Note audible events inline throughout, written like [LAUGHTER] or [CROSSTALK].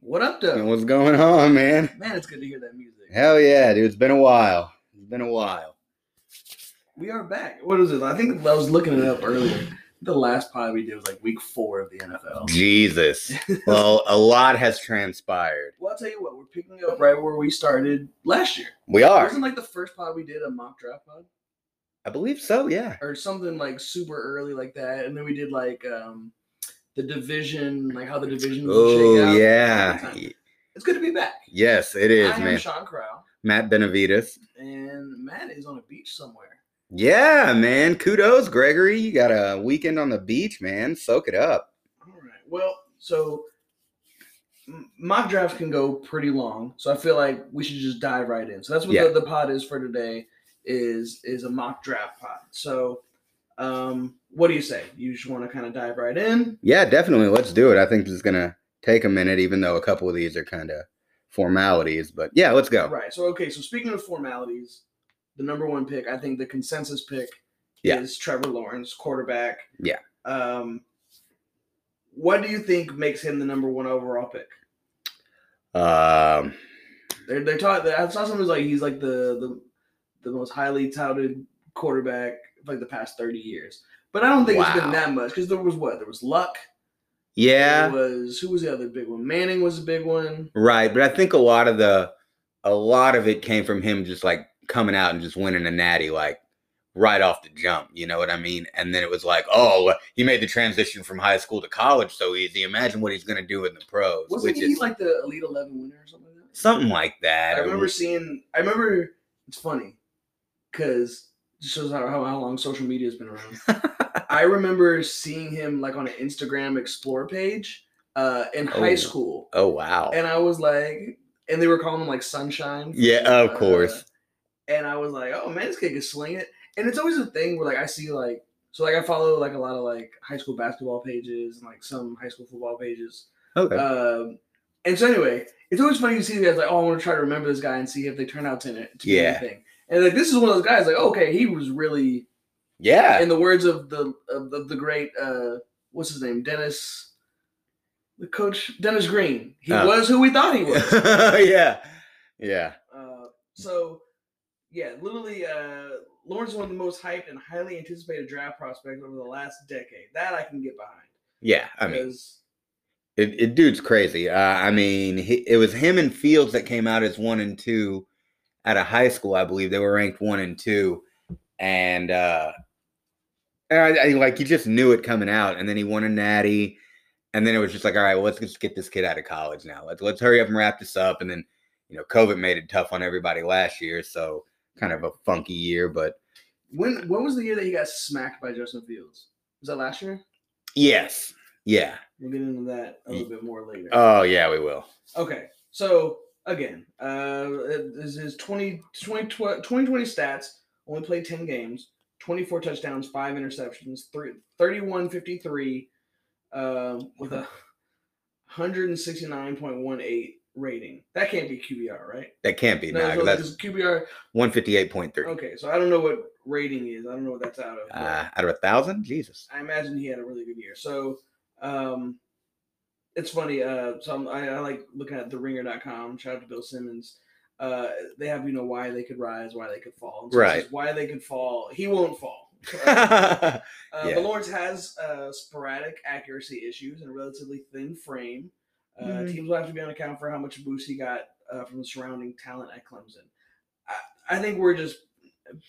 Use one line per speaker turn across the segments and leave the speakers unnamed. What up, though?
What's going on, man?
Man, it's good to hear that music.
Hell yeah, dude. It's been a while. It's been a while.
We are back. What is it? I think I was looking it up earlier. The last pod we did was like week four of the NFL.
[LAUGHS] Jesus. well, a lot has transpired.
Well, I'll tell you what, we're picking up right where we started last year.
We are.
Wasn't like the first pod we did a mock draft pod
I believe so, yeah.
or something like super early like that, and then we did like um the division, like how the division.
Oh, yeah. Y-
It's good to be back.
Yes, it is,
I am
man.
Sean Crow,
Matt Benavides.
and Matt is on a beach somewhere.
Yeah, man. Kudos, Gregory. You got a weekend on the beach, man. Soak it up.
All right. Well, so m- mock drafts can go pretty long, so I feel like we should just dive right in. So that's what
Yeah.
the, the pod is for today is is a mock draft pod. So, um, what do you say? You just want to kind of dive right in?
Yeah, definitely. Let's do it. I think this is going to take a minute, even though a couple of these are kind of formalities. But yeah, let's go.
Right. So okay. So speaking of formalities, the number one pick, I think the consensus pick
Yeah.
is Trevor Lawrence, quarterback.
Yeah.
Um, what do you think makes him the number one overall pick?
Um,
They're they're talking. I saw someone was like he's like the the the most highly touted quarterback of, like the past thirty years. But I don't think it's
Wow.
been that much because there was what there was Luck.
yeah.
There was who was the other big one? Manning was a big one.
Right, but I think a lot of the a lot of it came from him just like coming out and just winning a natty like right off the jump, you know what I mean? And then it was like, oh, he made the transition from high school to college so easy. Imagine what he's going to do in the pros,
Wasn't
which
he
is
like the Elite Eleven winner or something like that?
something like that.
I
or-
remember seeing. I remember it's funny because just shows how, how how long social media's been
[LAUGHS]
around. I remember seeing him like on an Instagram Explore page uh, in high
Oh.
school,
oh wow.
and I was like, and they were calling him like Sunshine.
Yeah, of
uh,
course.
and I was like, oh man, this kid can sling it. And it's always a thing where like I see like so like I follow like a lot of like high school basketball pages and like some high school football pages.
Okay.
Um, and so anyway, it's always funny to see guys like, oh, I want to try to remember this guy and see if they turn out to, to be
Yeah.
anything. And like this is one of those guys like, okay, he was really,
yeah.
in the words of the of the, the great, uh, what's his name, Dennis, the coach Dennis Green. He
Oh.
was who we thought he was.
[LAUGHS] yeah. Yeah.
Uh, so yeah, literally, uh, Lawrence is one of the most hyped and highly anticipated draft prospects over the last decade. That I can get behind.
Yeah, I mean,
'Cause-
it, it dude's crazy. Uh, I mean, he, it was him and Fields that came out as one and two out of high school. I believe they were ranked one and two, and uh, and I, I, like you just knew it coming out. And then he won a natty, and then it was just like, all right, well, let's just get this kid out of college now. Let's let's hurry up and wrap this up. And then you know, COVID made it tough on everybody last year, so kind of a funky year. But
when when was the year that he got smacked by Justin Fields? Was that last year?
yes, yeah,
We'll get into that a
Ye-
little bit more later.
oh yeah, we will.
okay, so again, uh, this is 20, 20, 2020 stats. Only played 10 games, 24 touchdowns, 5 interceptions, three, 31 53 um, with a 169.18 rating. That can't be QBR, right?
That can't be
No,
now.
so
that's
that's QBR.
one fifty eight point three.
Okay, so I don't know what rating is. I don't know what that's out of. but-
Uh, out of a thousand, Jesus.
[LAUGHS]
[LAUGHS]
I imagine he had a really good year. So um, it's funny. Uh, so I'm, I, I like looking at theringer.com. Shout out to Bill Simmons. Uh, they have you know why they could rise, why they could fall. And so it
Right.
says Why they could fall. He won't
[LAUGHS]
fall. Uh,
yeah.
uh,
Yeah.
But Lawrence has uh, sporadic accuracy issues and a relatively thin frame. Uh,
Mhm.
Teams will have to be on account for how much boost he got uh, from the surrounding talent at Clemson. I, I think we're just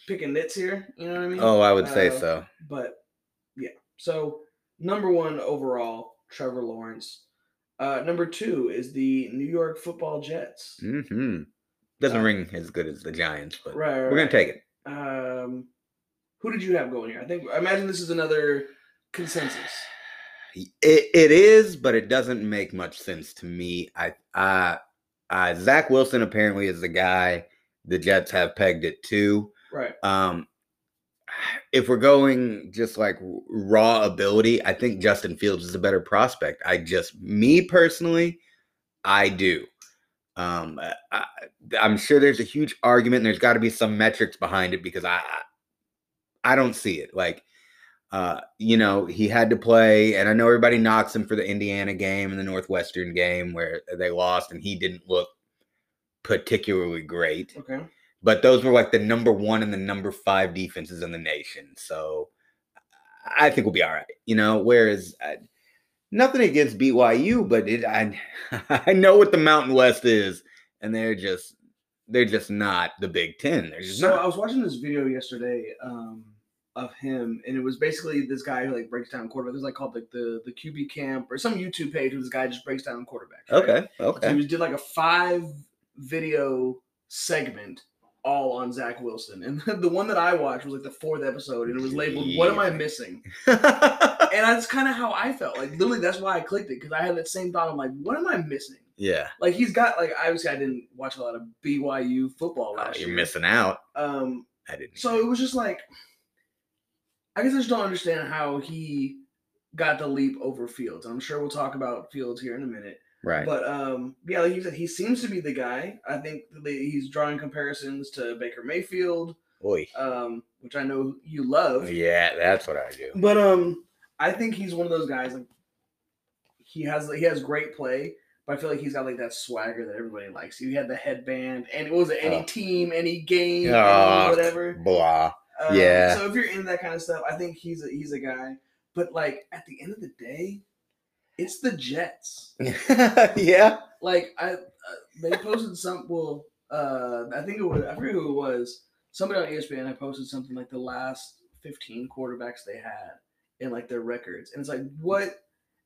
picking nits here. You know what I mean?
Oh, I would say
Uh,
so.
But yeah, so number one overall, Trevor Lawrence. Uh, number two is the New York Football Jets.
hmm Doesn't
uh,
ring as good as the Giants, but
Right, right,
we're gonna
right.
take it.
Um, who did you have going here? I think I imagine this is another consensus.
Y- It, it is, but it doesn't make much sense to me. I, I, I, Zach Wilson apparently is the guy the Jets have pegged it to.
Right.
Um, if we're going just like w- raw ability, I think Justin Fields is a better prospect. I just, me personally, I do. Um, I, am sure there's a huge argument. And there's got to be some metrics behind it because I, I don't see it. Like, uh, you know, he had to play, and I know everybody knocks him for the Indiana game and the Northwestern game where they lost, and he didn't look particularly great.
Okay.
But those were like the number one and the number five defenses in the nation. So I think we'll be all right. You know, whereas. I, nothing against BYU, but it, I [LAUGHS] I know what the Mountain West is, and they're just they're just not the Big Ten. They're just
so
not.
I was watching this video yesterday um, of him, and it was basically this guy who like breaks down quarterback. It was like called like the the QB camp or some YouTube page where this guy just breaks down quarterback.
okay,
So he
okay.
was did like a five video segment all on Zach Wilson, and [LAUGHS] the one that I watched was like the fourth episode, and it was labeled "What am I missing?" And that's kind of how I felt. Like literally, that's why I clicked it because I had that same thought. I'm like, "What am I missing?"
[LAUGHS] yeah,
Like he's got like obviously I didn't watch a lot of BYU football
Oh,
last
you're
year.
missing out.
Um,
I didn't.
so it was just like, I guess I just don't understand how he got the leap over Fields. I'm sure we'll talk about Fields here in a minute.
right.
But um, yeah, like you said, he seems to be the guy. I think that he's drawing comparisons to Baker Mayfield,
Boy.
um, which I know you love.
Oh, Yeah, that's what I do.
But um, I think he's one of those guys. Like he has he has great play, but I feel like he's got like that swagger that everybody likes. He had the headband, and what was it? Any
Oh.
team, any game,
Oh,
any whatever.
Blah. [LAUGHS]
Um,
yeah.
So if you're into that kind of stuff, I think he's a, he's a guy. But like at the end of the day, it's the Jets
yeah.
like I, uh, they posted some. Well, uh, I think it was I forget who it was. Somebody on E ESPN had posted something like the last fifteen quarterbacks they had and like their records, and it's like what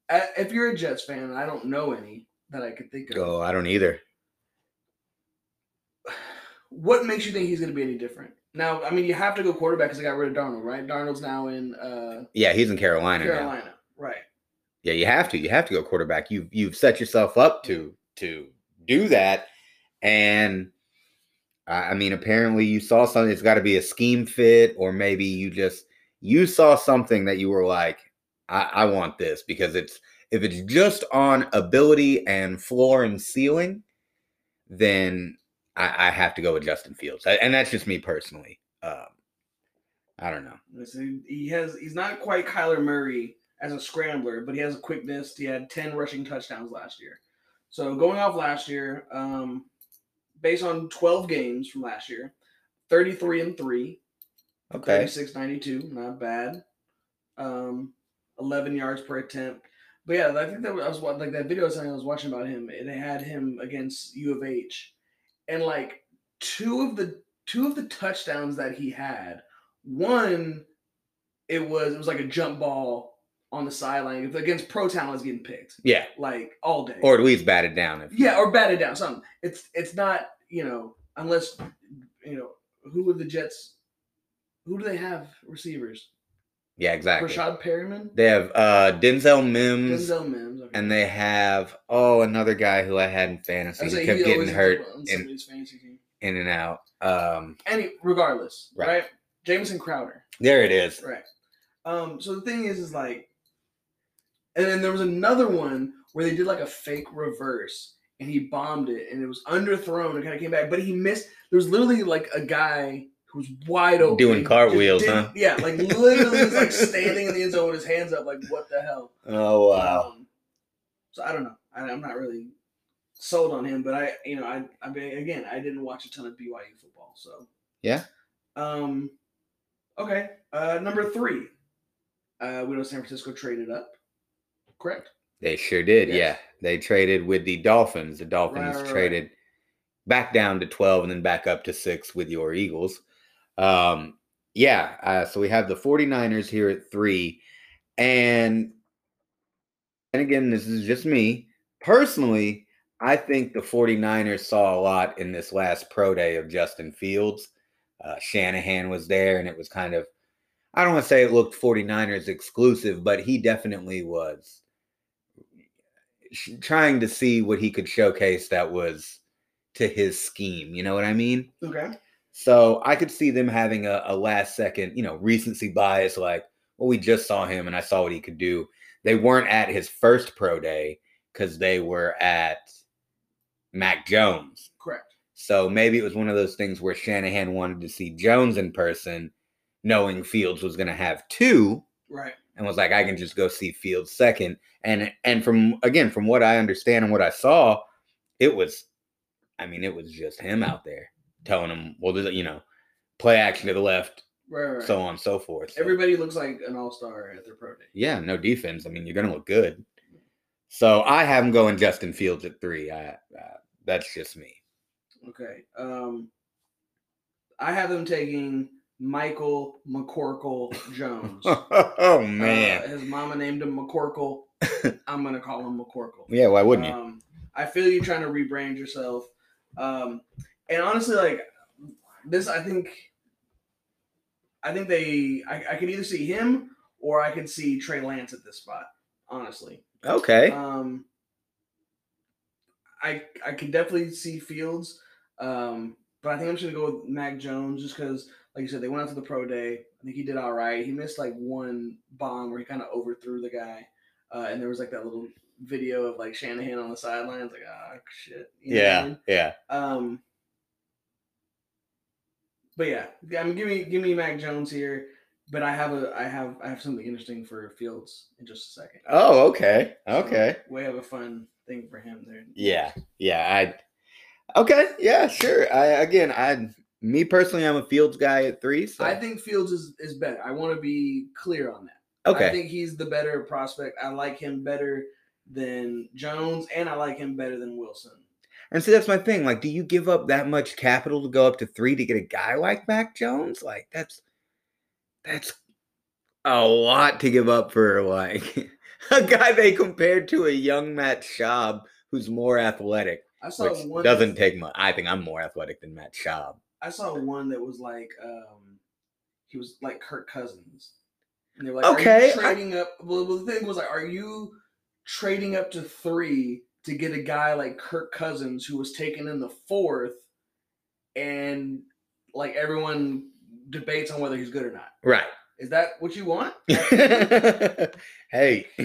I- if you're a Jets fan? And I don't know any that I could think of.
Go. Oh, I don't either.
What makes you think he's going to be any different? Now, I mean, you have to go quarterback because they got rid of Darnold, right? Darnold's now in uh,
Yeah, he's in Carolina, now.
Carolina, right?
Yeah, you have to. You have to go quarterback. You you've set yourself up to to do that, and I I mean, apparently you saw something. It's got to be a scheme fit, or maybe you just you saw something that you were like, I, I want this because it's if it's just on ability and floor and ceiling, then I, I have to go with Justin Fields, A- and that's just me personally. Um, I don't know.
Listen, He has he's not quite Kyler Murray as a scrambler, but he has a quickness. He had 10 rushing touchdowns last year. So going off last year, um, based on 12 games from last year, 33 and 3,
Okay.
36 92, not bad. Um, 11 yards per attempt. But yeah, I think that was I was wa- like that video I was saying I was watching about him. It had him against U of H, and like two of the two of the touchdowns that he had. One, it was it was like a jump ball on the sideline It was against Pro Town. I was getting picked
Yeah,
like all day,
or at least batted down. If
yeah, or batted down. Something. It's it's not you know unless you know who would the Jets. Who do they have receivers?
yeah, exactly.
Rashad Perryman,
They have uh, Denzel Mims,
Denzel Mims, okay.
and they have oh another guy who I had in
I
fantasy
was
who
like,
kept
he
getting
always ends
hurt
up on
and-
somebody's fantasy team.
in and out. Um,
Any, regardless,
Right.
right. Jameson Crowder,
there it is.
right? Um, so the thing is, is like, and then there was another one where they did like a fake reverse, and he bombed it, and it was underthrown, and kind of came back, but he missed. There was literally like a guy who was wide open,
Doing
just
cartwheels,
didn't-
huh?
Yeah, like literally, was
[LAUGHS]
like standing in the end zone with his hands up, like what the hell?
Oh wow,
Um, so I don't know. I, I'm not really sold on him, but I, you know, I, I mean, again, I didn't watch a ton of BYU football, so
Yeah.
Um, okay. Uh, number three, uh, we know San Francisco traded up. Correct.
they sure did.
Yes.
Yeah, they traded with the Dolphins. The Dolphins
right, right.
traded back down to twelve and then back up to six with your Eagles. Um, yeah, uh, so we have the 49ers here at three, and and again, this is just me personally. I think the 49ers saw a lot in this last pro day of Justin Fields. Uh, Shanahan was there, and it was kind of, I don't want to say it looked 49ers exclusive, but he definitely was sh- trying to see what he could showcase that was to his scheme. You know what I mean?
Okay.
So I could see them having a, a last second, you know, recency bias like, well, we just saw him and I saw what he could do. They weren't at his first pro day because they were at Mac Jones.
Correct.
So maybe it was one of those things where Shanahan wanted to see Jones in person, knowing Fields was going to have two,
Right.
and was like, I can just go see Fields second. And and from again, from what I understand and what I saw, it was, I mean, it was just him out there telling him, well, this, you know, play action to the left,
Right. right.
so on and so forth. So-
everybody looks like an all star at their pro day.
yeah, no defense. I mean, you're gonna look good. So I have him going Justin Fields at three. I, uh, that's just me. [LAUGHS]
Okay. Um, I have them taking Michael
[LAUGHS]
McCorkle Jones.
oh
Uh,
man,
his mama named him
[LAUGHS]
McCorkle. I'm gonna call him McCorkle.
yeah. Why wouldn't you?
Um, I feel you trying to rebrand yourself. Um, and honestly, like this, I think, I think they, I, I could either see him or I could see Trey Lance at this spot. Honestly,
Okay.
um, I I could definitely see Fields, um, but I think I'm just gonna go with Mac Jones just because, like you said, they went out to the pro day. I think he did all right. He missed like one bomb where he kind of overthrew the guy, uh, and there was like that little video of like Shanahan on the sidelines, like ah shit. you know what I
yeah,
mean?
yeah.
Um, but yeah, I mean, give me give me Mac Jones here. But I have a I have I have something interesting for Fields in just a second.
Oh, okay,
So,
okay.
we have a fun thing for him there.
Yeah, yeah. I. Okay, yeah, sure. I again, I me personally, I'm a Fields guy at three. So
I think Fields is, is better. I want to be clear on that.
okay.
I think he's the better prospect. I like him better than Jones, and I like him better than Wilson.
and see, that's my thing. Like, do you give up that much capital to go up to three to get a guy like Mac Jones? Like, that's that's a lot to give up for like [LAUGHS] a guy they compared to a young Matt Schaub who's more athletic,
I saw
which
one
doesn't take much. I think I'm more athletic than Matt Schaub.
I saw one that was like um he was like Kirk Cousins. And they were like,
Okay, I-
Are you trading up well well, the thing was like, are you trading up to three to get a guy like Kirk Cousins who was taken in the fourth and like everyone debates on whether he's good or not?
Right.
Is that what you
[LAUGHS]
want? it
hey, [CLEARS THROAT]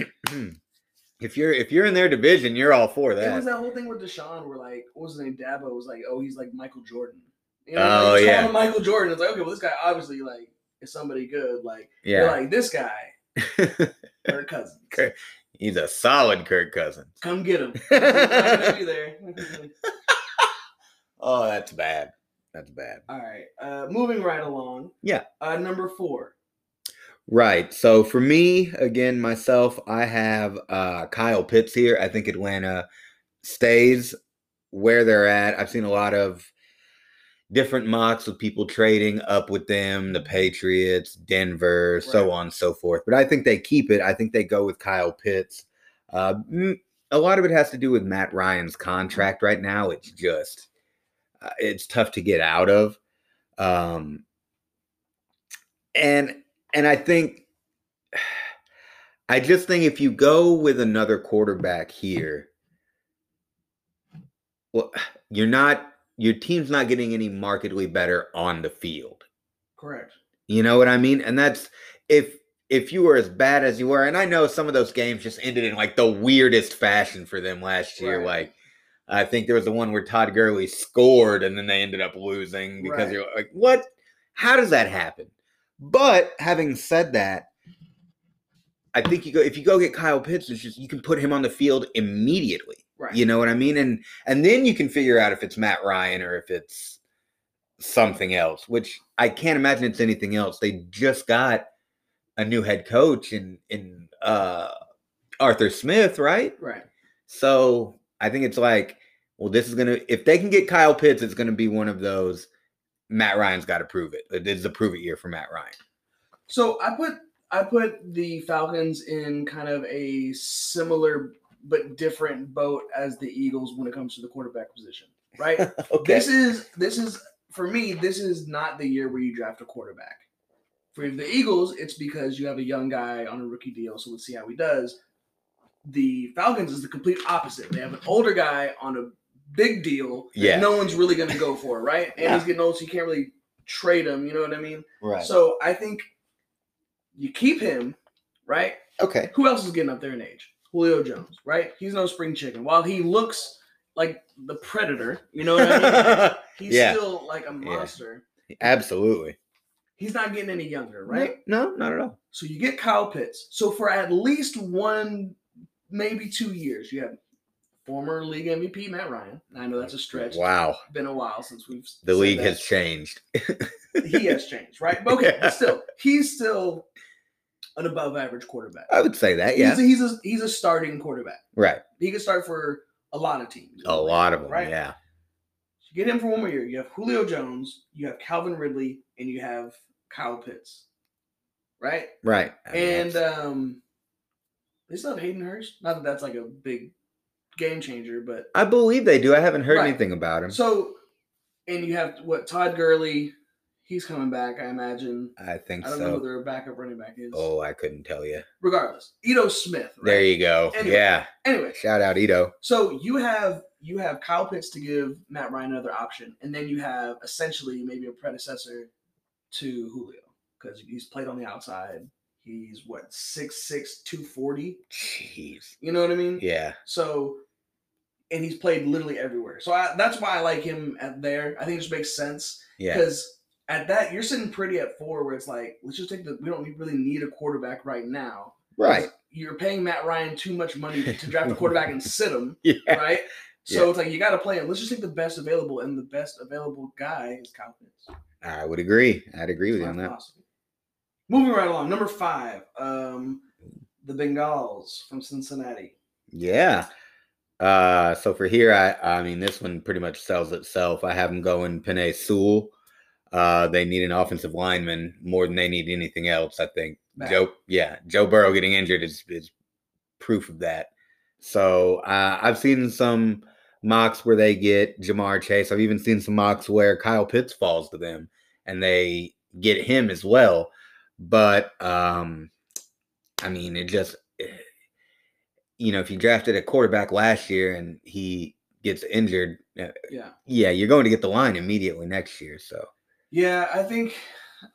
if you're if you're in their division, you're all for
was
that.
that whole thing with Deshaun where like what was his name? Dabo was like, Oh, he's like Michael Jordan. You
Oh,
like,
yeah.
calling him Michael Jordan. It's like, okay, well this guy obviously like is somebody good, like You're [LAUGHS]
yeah, [LAUGHS]
like this guy, Kirk Cousins.
Kirk. he's a solid Kirk Cousins.
Come get
[LAUGHS]
him. He's not gonna be there. [LAUGHS]
Oh, that's bad. That's bad.
All right. Uh, moving right along.
Yeah.
Uh, number four.
Right. So for me, again, myself, I have uh, Kyle Pitts here. I think Atlanta stays where they're at. I've seen a lot of different mocks with people trading up with them, the Patriots, Denver, so
Right.
on and so forth. But I think they keep it. I think they go with Kyle Pitts. Uh, mm, a lot of it has to do with Matt Ryan's contract right now. It's just, uh, it's tough to get out of. Um, and and I think [SIGHS] I just think if you go with another quarterback here, well, [SIGHS] you're not your team's not getting any markedly better on the field.
Correct.
You know what I mean? And that's if if you were as bad as you were, and I know some of those games just ended in like the weirdest fashion for them last year.
Right.
Like I think there was the one where Todd Gurley scored and then they ended up losing because
Right.
you're like, what? How does that happen? But having said that, I think you go if you go get Kyle Pitts, it's just you can put him on the field immediately.
Right.
You know what I mean? And and then you can figure out if it's Matt Ryan or if it's something else, which I can't imagine it's anything else. They just got a new head coach in in uh Arthur Smith, right?
Right.
So I think it's like, well, this is gonna if they can get Kyle Pitts, it's gonna be one of those Matt Ryan's gotta prove it. It is a prove it year for Matt
[LAUGHS]
Ryan.
So I put I put the Falcons in kind of a similar but different boat as the Eagles when it comes to the quarterback position. Right. This is this is for me. This is not the year where you draft a quarterback. For the Eagles, it's because you have a young guy on a rookie deal, so let's see how he does. The Falcons is the complete opposite. They have an older guy on a big deal that
Yeah.
no one's really going to go for, right? And he's getting old, so you can't really trade him. You know what I mean?
right.
So I think you keep him, right?
okay.
Who else is getting up there in age? Julio Jones, right? He's no spring chicken. While he looks like the Predator. You know what
[LAUGHS]
I mean? [LAUGHS] He's
Yeah.
still like a
Yeah.
monster.
Absolutely.
He's not getting any younger, right?
No, not at all.
So you get Kyle Pitts. So for at least one, maybe two years, you have former league MVP Matt Ryan. And I know that's a stretch.
Wow.
It's been a while since we've
The
said
league
that.
has changed.
[LAUGHS] he has changed, right? But okay,
[LAUGHS]
but still, he's still an above average quarterback.
I would say that, Uh, yeah.
He's a, he's a he's a starting quarterback.
right.
He can start for a lot of teams.
A lot of them,
Right.
yeah.
So you get him for one more year. You have Julio Jones, you have Calvin Ridley, and you have Kyle Pitts, right?
Right. I mean,
and
that's-
um, they still have Hayden Hurst. Not that that's like a big game changer, but
I believe they do. I haven't heard
uh, right.
anything about him.
so. And you have what Todd Gurley? He's coming back, I imagine.
I think
I don't know who
so.
their backup running back is.
Oh, I couldn't tell you.
regardless, Ito Smith. Right?
There you go.
Anyway.
Yeah.
Anyway,
Shout out Ito.
so you have you have Kyle Pitts to give Matt Ryan another option, and then you have essentially maybe a predecessor to Julio because he's played on the outside. He's what six six two forty.
Jeez.
You know what I mean?
Yeah.
So, and he's played literally everywhere. So I, that's why I like him at there. I think it just makes sense
Yeah.
because at that you're sitting pretty at four, where it's like let's just take the we don't really need a quarterback right now.
Right. [LAUGHS]
You're paying Matt Ryan too much money to draft a quarterback and sit him,
Yeah.
right? So it's like you got to play him. Let's just take the best available, and the best available guy is Kyle Pitts.
I would agree. I'd agree with you
My
on that.
philosophy. Moving right along, number five, um, the Bengals from Cincinnati.
Yeah. Uh, so for here, I I mean this one pretty much sells itself. I have them going Panay Sewell. Uh, they need an offensive lineman more than they need anything else. I think
Matt.
Joe, yeah, Joe Burrow getting injured is is proof of that. So uh, I've seen some mocks where they get Jamar Chase. I've even seen some mocks where Kyle Pitts falls to them and they get him as well. But um, I mean, it just eh, you know, if you drafted a quarterback last year and he gets injured, uh,
Yeah,
yeah, you're going to get the line immediately next year. So
yeah. I think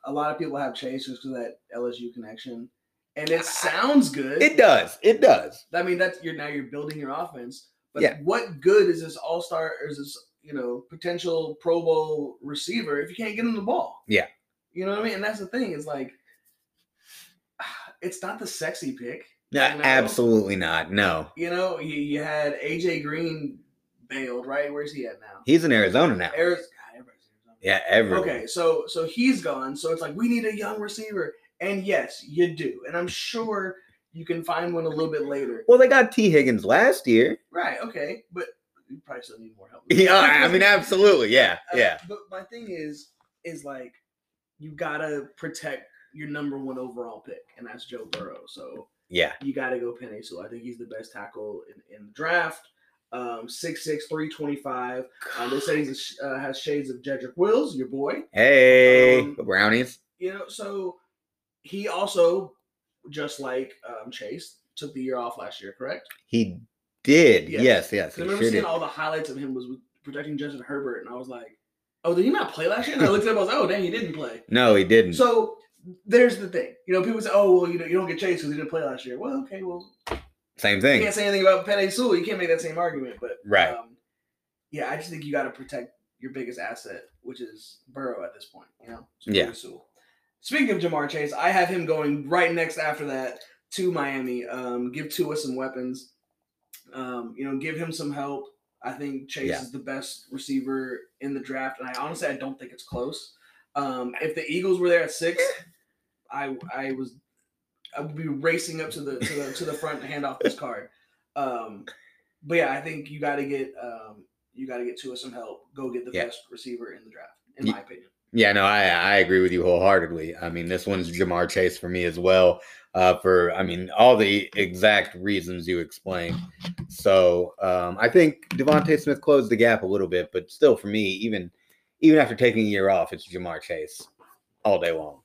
a lot of people have Chase just because that LSU connection, and it sounds good.
it does, it does.
I mean, that's you're now you're building your offense. But
Yeah.
what good is this all star or is this you know potential Pro Bowl receiver if you can't get him the ball?
Yeah.
you know what I mean. And that's the thing is like, [SIGHS] it's not the sexy pick.
No,
You know?
absolutely not. No,
You know, you, you had AJ Green bailed right. Where's he at now?
he's in Arizona now.
Ariz- God, everybody's in Arizona.
yeah, everyone.
Okay, so so he's gone. So it's like we need a young receiver, and yes, you do. And I'm sure you can find one a little bit later.
Well, they got T. Higgins last year. [LAUGHS]
Right. Okay, but you probably still need more help.
Yeah,
[LAUGHS]
I mean, absolutely. Yeah,
Uh,
yeah,
But my thing is, is like you gotta protect your number one overall pick, and that's Joe Burrow. So
yeah.
you gotta go Penny. So I think he's the best tackle in, in the draft. Um, six six three twenty five. Um, they say he's a, sh- uh, has shades of Jedrick Wills, your boy.
Hey,
Um,
brownies.
you know so he also just like um, chase took the year off last year correct
He did.
Yes.
Yes, yes.
'Cause
he
i remember
sure
seeing
did.
all the highlights of him was with- protecting justin herbert and i was like oh did he not play last year and i looked it up i was like oh dang he didn't play
No, he didn't.
so there's the thing you know people say oh well you know you don't get chase because he didn't play last year well okay well
Same
you
thing.
can't say anything about Penny Sewell. You can't make that same argument, but
Right.
Um, yeah, I just think you got to protect your biggest asset, which is Burrow at this point. You know, So
Yeah.
Penei Sewell. Speaking of Jamar Chase, I have him going right next after that to Miami. Um, give Tua some weapons. Um, you know, give him some help. I think Chase
Yeah.
is the best receiver in the draft, and I honestly I don't think it's close. Um, if the Eagles were there at six, I I was I would be racing up to the to the to the front to hand off this card. Um, but yeah, I think you got to get um, you got to get Tua some help. Go get the
Yeah.
best receiver in the draft, in
Ye-
my opinion.
Yeah, no, I I agree with you wholeheartedly. I mean, this one's Jamar Chase for me as well. Uh, for I mean, all the exact reasons you explained. So um, I think Devonte Smith closed the gap a little bit, but still, for me, even even after taking a year off, it's Jamar Chase all day long.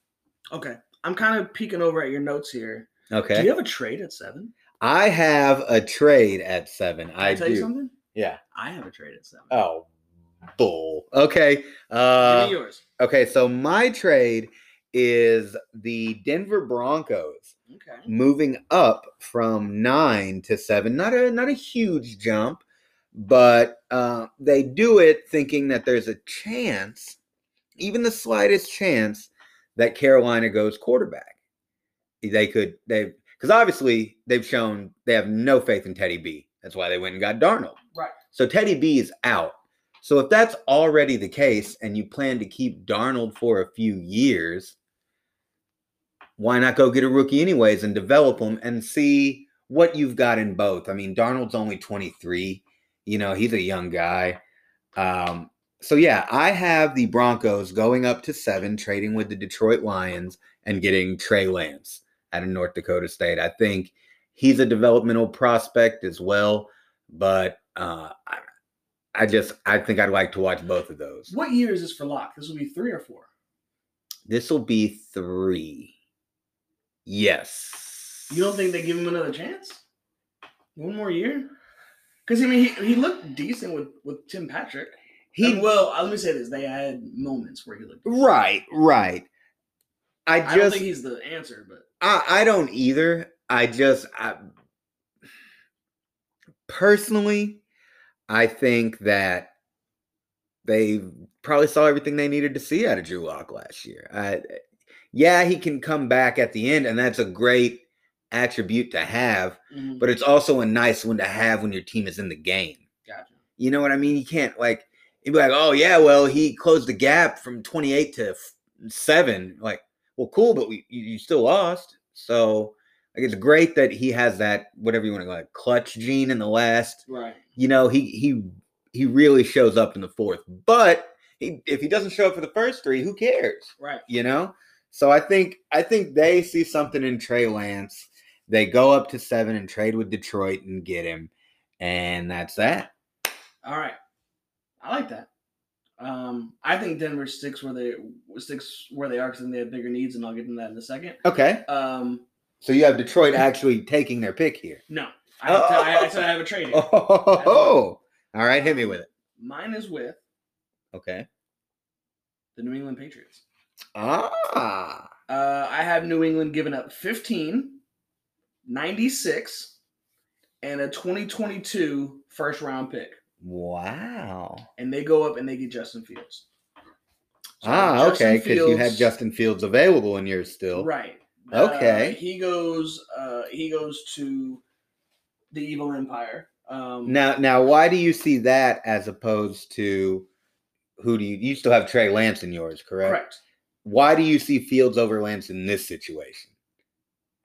Okay, I'm kind of peeking over at your notes here. Do
Okay,
you have a trade at seven?
I have a trade at seven.
Can
I
tell you
do.
something.
Yeah.
I have a trade at seven.
Oh, bull. Okay.
Give me
Uh,
yours.
okay. So my trade is the Denver Broncos.
Okay.
moving up from nine to seven. Not a not a huge jump, but uh, they do it thinking that there's a chance, even the slightest chance, that Carolina goes quarterback. They could they because obviously they've shown they have no faith in Teddy B. That's why they went and got Darnold.
Right.
So Teddy B is out. So if that's already the case and you plan to keep Darnold for a few years, why not go get a rookie anyways and develop him and see what you've got in both? I mean, Darnold's only 23. You know, he's a young guy. Um, so yeah, I have the Broncos going up to seven, trading with the Detroit Lions and getting Trey Lance out of North Dakota State. I think he's a developmental prospect as well, but uh, I, I just I think I'd like to watch both of those.
What year is this for Locke? This will be three or four.
This will be three. Yes.
You don't think they give him another chance? One more year? Because I mean, he, he looked decent with with Tim Patrick. He
he
well, uh, let me say this: they had moments where he looked. decent.
right right. I
I don't
just
think he's the answer, but
I, I don't either. I just I, personally, I think that they probably saw everything they needed to see out of Drew Lock last year. I, yeah, he can come back at the end, and that's a great attribute to have,
mhm,
but it's also a nice one to have when your team is in the game.
gotcha.
You know what I mean? You can't like you'd be like, oh yeah, well he closed the gap from twenty eight to f- seven. Like, well, cool, but we you, you still lost. So like it's great that he has that whatever you want to call it, clutch gene in the last.
Right.
You know he he he really shows up in the fourth, but he, if he doesn't show up for the first three, who cares?
Right.
you know. So I think I think they see something in Trey Lance. They go up to seven and trade with Detroit and get him, and that's that.
All right. I like that. Um, I think Denver sticks where they sticks where they are because then they have bigger needs, and I'll get into that in a second.
Okay.
Um,
So you have
[LAUGHS]
Detroit actually taking their pick here.
no, I, have to- I, I said I have a trade. here.
Oh, ho, ho, ho. all right, hit me with it.
Mine is with
Okay.
the New England Patriots.
Ah,
Uh, I have New England giving up 15, 96, and a 2022 first round pick.
wow.
And they go up and they get Justin Fields. So
ah,
Justin
okay, because you had
Fields-
Justin Fields available in yours still.
Right.
Okay.
Uh, he goes uh he goes to the evil empire. Um
Now, now, why do you see that as opposed to who do you? You still have Trey Lance in yours, correct?
correct.
why do you see Fields over Lance in this situation?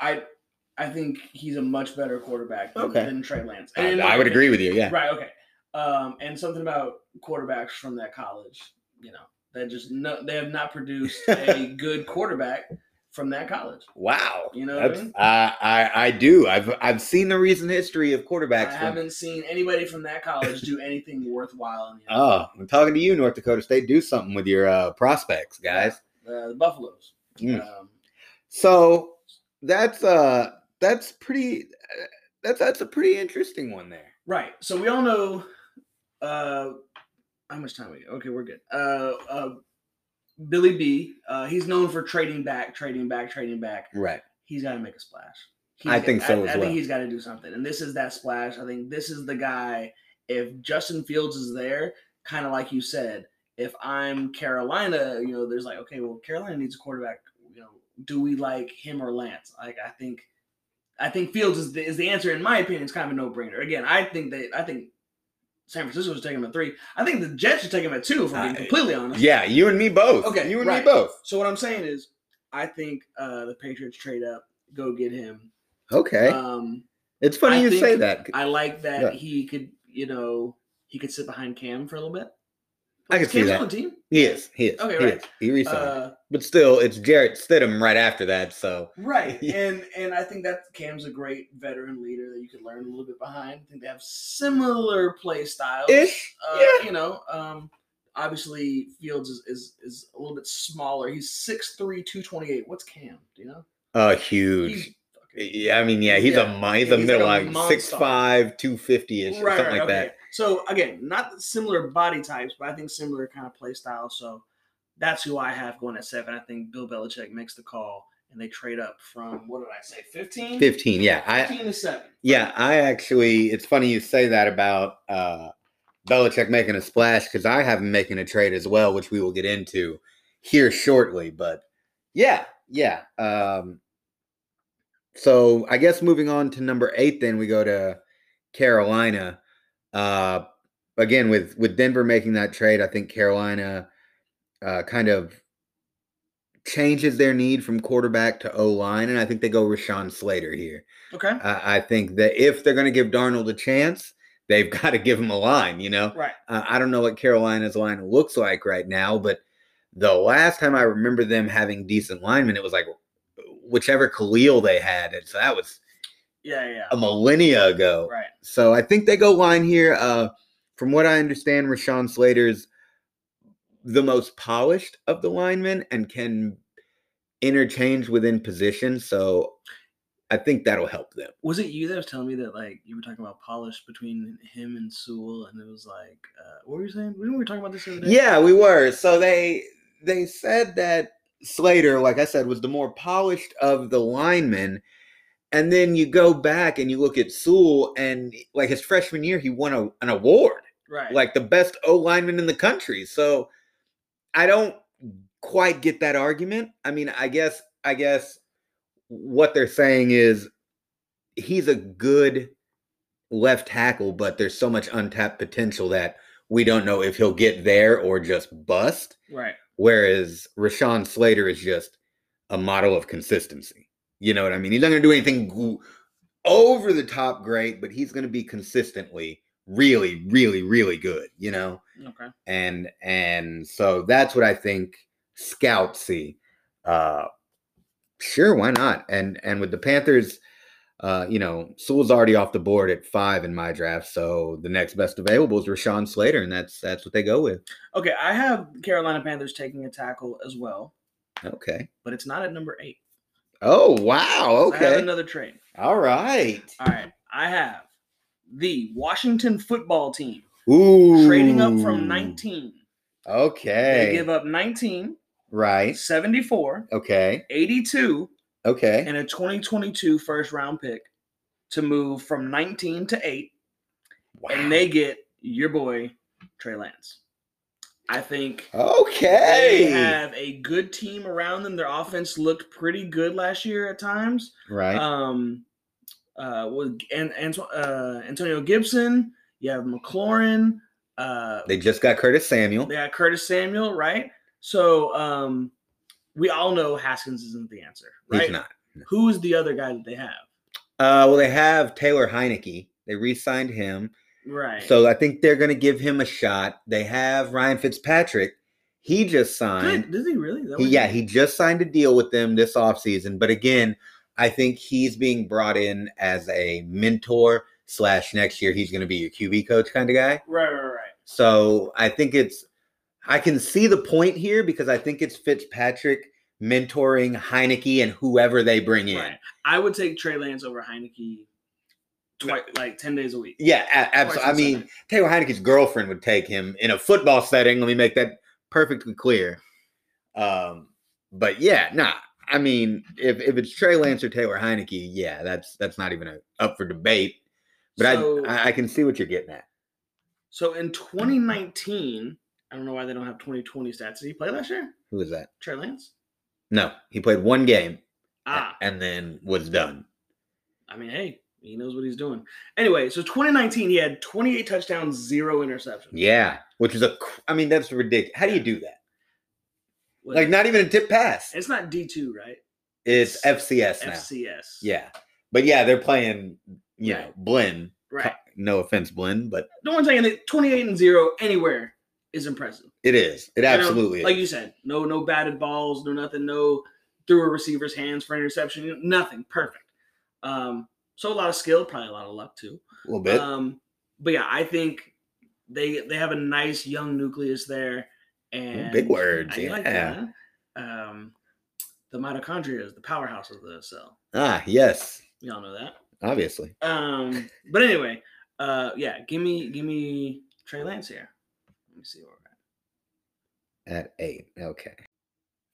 I I think he's a much better quarterback than,
Okay.
than Trey Lance.
I,
And
I would
like-
agree with you. Yeah.
Right. Okay. Um, and something about quarterbacks from that college, you know, that just no, they have not produced
[LAUGHS]
a good quarterback from that college.
Wow.
You know what I
That's,
mean?
I, I I do. I've I've seen the recent history of
I
quarterbacks. From,
haven't seen anybody from that college do anything worthwhile. In the
oh, I'm talking to you, North Dakota State. Do something with your uh, prospects, guys.
NFL. uh, the Buffaloes.
Mm.
Um,
So that's uh that's pretty uh, that's that's a pretty interesting one there.
right. So we all know. Uh, how much time we? Okay, we're good. Uh, uh, Billy B. Uh, he's known for trading back, trading back, trading back.
Right.
he's got to make a splash.
I
He's-
think so
I,
as
I
well.
think he's got to do something, and this is that splash. I think this is the guy. If Justin Fields is there, kind of like you said, if I'm Carolina, you know, there's like, okay, well, Carolina needs a quarterback. You know, do we like him or Lance? Like, I think, I think Fields is the, is the answer. In my opinion, it's kind of a no brainer. Again, I think that I think San Francisco should take him at three. I think the Jets should take him at two. If I'm being
I-
completely honest.
Yeah, you and me both.
Okay,
You and
right.
me both.
So what I'm saying is, I think uh, the Patriots trade up, go get him.
Okay.
Um,
it's funny
I
you
think
say that.
I like that
Yeah.
he could, you know, he could sit behind Cam for a little bit.
I can see
Cam's
that.
on the team.
He is. He is.
Okay,
he
right.
is. He resigned.
Uh,
but still, it's Jarrett Stidham right after that. So
right.
[LAUGHS] Yeah.
And and I think that Cam's a great veteran leader that you could learn a little bit behind. I think they have similar play styles.
ish.
Uh,
yeah.
You know, um, obviously Fields is, is is a little bit smaller. He's 6'3", 228. What's Cam? Do you know?
Uh, huge.
He's
yeah, I mean, yeah, he's
Yeah,
a mi- he's
yeah,
a
he's like a
middle like,
monster.
six five, two fifty ish, something like that.
So again, not similar body types, but I think similar kind of play style. So that's who I have going at seven. I think Bill Belichick makes the call and they trade up from what did I say, 15?
15. Yeah. I
15 to 7.
yeah, I actually it's funny you say that about uh Belichick making a splash because I have him making a trade as well, which we will get into here shortly. But yeah, yeah. Um so I guess moving on to number eight, then we go to Carolina. Uh again with with Denver making that trade, I think Carolina uh kind of changes their need from quarterback to O line, and I think they go Rashawn Slater here.
Okay.
I, I think that if they're going to give Darnold a chance, they've [LAUGHS] got to give him a line. You know,
Right.
uh, I don't know what Carolina's line looks like right now, but the last time I remember them having decent linemen, it was like whichever Khalil they had, and so that was
Yeah, yeah.
a millennia ago.
Right.
So I think they go line here. Uh, from what I understand, Rashawn Slater's the most polished of the linemen and can interchange within position. So I think that'll help them.
Was it you that was telling me that like you were talking about polish between him and Sewell, and it was like, uh, what were you saying? We were talking about this the other day.
Yeah, we were. So they they said that Slater, like I said, was the more polished of the linemen. And then you go back and you look at Sewell, and like his freshman year, he won a, an award.
Right.
like the best O lineman in the country. So I don't quite get that argument. I mean, I guess I guess what they're saying is he's a good left tackle, but there's so much untapped potential that we don't know if he'll get there or just bust.
right.
Whereas Rashawn Slater is just a model of consistency. You know what I mean? He's not going to do anything goo- over the top great, but he's going to be consistently really, really, really good. You know,
Okay.
and and so that's what I think scouts see. Uh, sure, why not? And and with the Panthers, uh, you know, Sewell's already off the board at five in my draft, so the next best available is Rashawn Slater, and that's that's what they go with.
Okay. I have Carolina Panthers taking a tackle as well,
Okay.
but it's not at number eight.
Oh wow.
So I have
Okay.
another trade.
All right.
All right. I have the Washington football team
Ooh.
trading up from 19.
Okay.
They give up 19,
right.
74,
Okay.
82,
Okay.
and a 2022 first round pick to move from 19 to 8. and they get your boy Trey Lance. I think they
okay.
have a good team around them. Their offense looked pretty good last year at times.
Right.
Um, uh, with and, and uh, Antonio Gibson, you have McLaurin. Uh,
they just got Curtis Samuel.
they got Curtis Samuel, right? So um, we all know Haskins isn't the answer,
He's
right?
not.
Who is the other guy that they have?
Uh, well, they have Taylor Heineke. They re-signed him,
Right.
so I think they're going to give him a shot. They have Ryan Fitzpatrick. He just signed.
did, did they really? Is that
He-
what
yeah,
they-
he just signed a deal with them this offseason. But again, I think he's being brought in as a mentor slash next year he's going to be your QB coach kind of guy.
Right, right, right.
So I think it's I can see the point here because I think it's Fitzpatrick mentoring Heineke and whoever they bring in.
Right. I would take Trey Lance over Heineke twice, like ten days a week.
Yeah, a-
Twice
absolutely. I
on
mean,
Sunday.
Taylor Heineke's girlfriend would take him in a football setting. Let me make that perfectly clear. Um, but yeah, nah. I mean, if, if it's Trey Lance or Taylor Heineke, yeah, that's that's not even a, up for debate. But
so,
I, I I can see what you're getting at.
so in 2019, I don't know why they don't have 2020 stats. Did he play last year,
Who was that?
Trey Lance?
No, he played one game a-
Ah,
and then was done.
I mean, hey, he knows what he's doing. Anyway, so 2019, he had 28 touchdowns, zero interceptions.
Yeah, which is a. cr- I mean, that's ridiculous. How do you do that?
What-
Like, not even a tip pass.
it's not D two, right?
It's FCS now.
FCS.
Yeah, but yeah, they're playing. You
Right.
know, Blinn.
right.
No offense, Blinn, but
No one's saying that 28 and zero anywhere is impressive.
it is. It
You know,
absolutely is.
like you said, no, no batted balls, no nothing, no through a receiver's hands for interception, you know, nothing. Perfect. Um, so a lot of skill, probably a lot of luck too.
a little bit.
Um, but yeah, I think they they have a nice young nucleus there, and
big words,
I like
yeah.
that. Um, the mitochondria is the powerhouse of the cell.
ah, yes,
Y'all know that.
obviously.
Um, but anyway, uh, yeah, give me give me Trey Lance here. Let me see where we're at.
At eight, okay.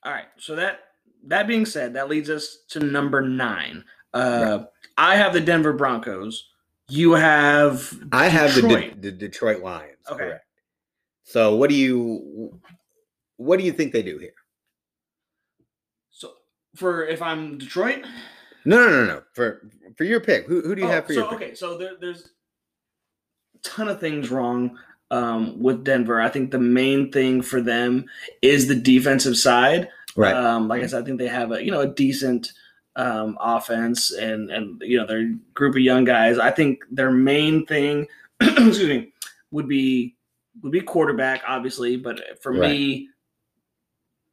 All right, so that that being said, that leads us to number nine. Uh, I have the Denver Broncos. You have
I have the,
Detroit.
De- the Detroit Lions.
Okay.
Correct. So what do you what do you think they do here?
so for if I'm Detroit.
No, no, no, no. For for your pick, who who do you
Oh,
have for
so
your pick?
okay, so there, there's a ton of things wrong um, with Denver. I think the main thing for them is the defensive side.
Right.
Um, like I said, I think they have a you know a decent um, offense and and you know their group of young guys. I think their main thing, [CLEARS THROAT] excuse me, would be would be quarterback, obviously. But for me,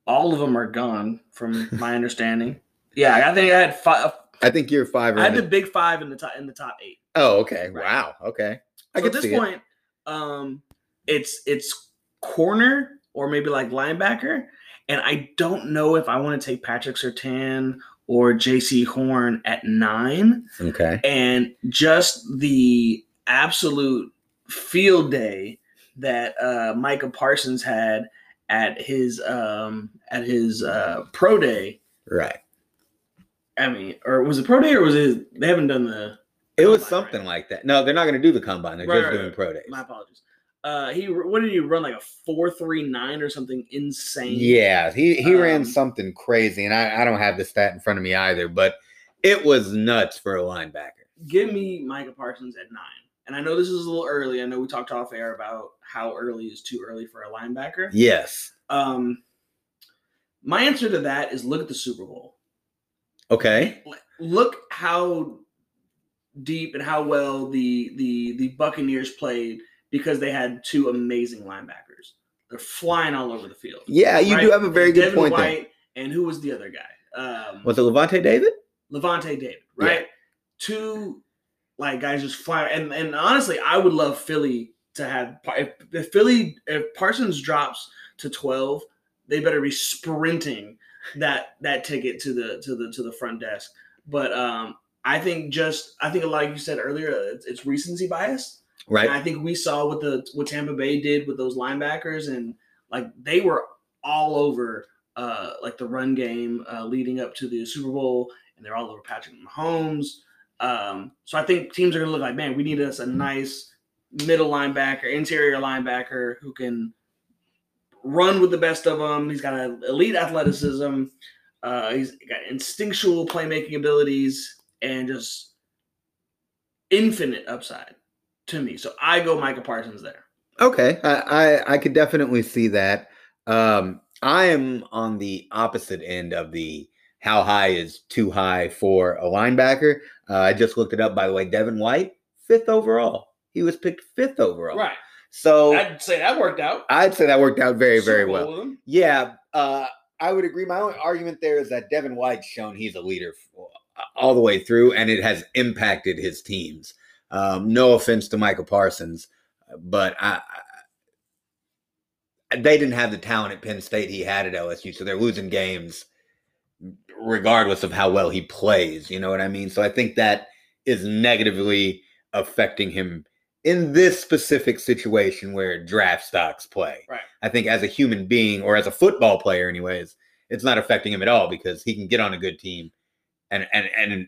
all of them are gone from my understanding. Yeah, I think I had five.
I think you're five. Or
I had the big five in the top in the top eight.
oh, okay.
Right.
Wow. Okay. I
So
can
at this
see it.
point, um, it's it's corner or maybe like linebacker, and I don't know if I want to take Patrick Sertan or J.C. Horn at nine,
Okay.
and just the absolute field day that uh, Micah Parsons had at his um, at his uh, pro day.
Right.
I mean, or was it pro day or was it? They haven't done the
It was
Combine,
something
right.
like that. No, they're not going to do the combine. They're
Right,
just
right,
doing
right.
pro days.
my apologies. Uh, he what did he run like a four three nine or something insane?
Yeah, he he ran
Um,
something crazy, and I, I don't have the stat in front of me either, but it was nuts for a linebacker.
Give me Micah Parsons at nine. And I know this is a little early. I know we talked off air about how early is too early for a linebacker.
Yes.
Um, my answer to that is look at the Super Bowl.
Okay.
Like, Look how deep and how well the the the Buccaneers played because they had two amazing linebackers. They're flying all over the field.
Yeah, you do
right?
have a very good
Devin
point there.
White, And who was the other guy? Um,
Was it Levante David?
Levante David,
Yeah.
right? Two like guys just flying. And and honestly, I would love Philly to have if, if Philly if Parsons drops to twelve, they better be sprinting that that ticket to the to the to the front desk. But um, I think just I think a lot like you said earlier, it's, it's recency bias.
Right.
And I think we saw what the what Tampa Bay did with those linebackers, and like they were all over uh, like the run game uh, leading up to the Super Bowl, and they're all over Patrick Mahomes. Um, so I think teams are going to look like, man, we need us a nice middle linebacker, interior linebacker who can run with the best of them. He's got an elite athleticism. Uh, he's got instinctual playmaking abilities and just infinite upside to me. So I go Micah Parsons there.
Okay, I, I I could definitely see that. Um, I am on the opposite end of the how high is too high for a linebacker. Uh, I just looked it up by the way. Devin White, fifth overall. He was picked fifth overall.
Right.
So
I'd say that worked out
I'd say that worked out very very
Super
well.
Bowl with him.
Yeah, uh, I would agree. My only argument there is that Devin White's shown he's a leader for, all the way through, and it has impacted his teams. Um, no offense to Michael Parsons, but I, I, they didn't have the talent at Penn State he had at LSU, so they're losing games regardless of how well he plays. You know what I mean? So I think that is negatively affecting him in this specific situation where draft stocks play. I think as a human being or as a football player, anyways, it's not affecting him at all because he can get on a good team and and and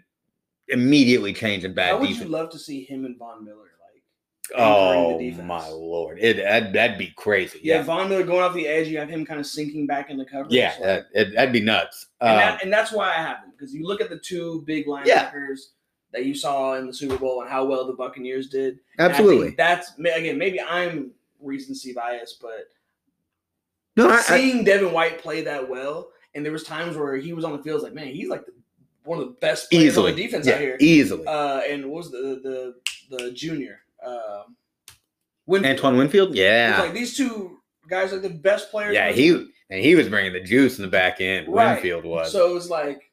immediately change in
How
bad
would you
defense.
love to see him and Von Miller like?
Oh
anchoring the defense?
my lord, it that'd, that'd be crazy.
Yeah,
Yeah,
Von Miller going off the edge. You have him kind of sinking back into coverage.
yeah,
Like,
that, it, that'd be nuts. Um,
and, that, and that's why I have them because you look at the two big linebackers
Yeah.
that you saw in the Super Bowl and how well the Buccaneers did. And I think
absolutely.
that's ma- again, maybe I'm recency bias, but
No, I, I,
seeing Devin White play that well, and there was times where he was on the field, it's like man, he's like the, one of the best players
easily
on the defense
yeah,
out here.
easily.
Uh, and what was the the the junior? Um, when
Antoine Winfield, yeah,
like these two guys are the best players.
yeah,
in
he
the
and he was bringing the juice in the back end.
Right.
Winfield
league.
was,
So it's like,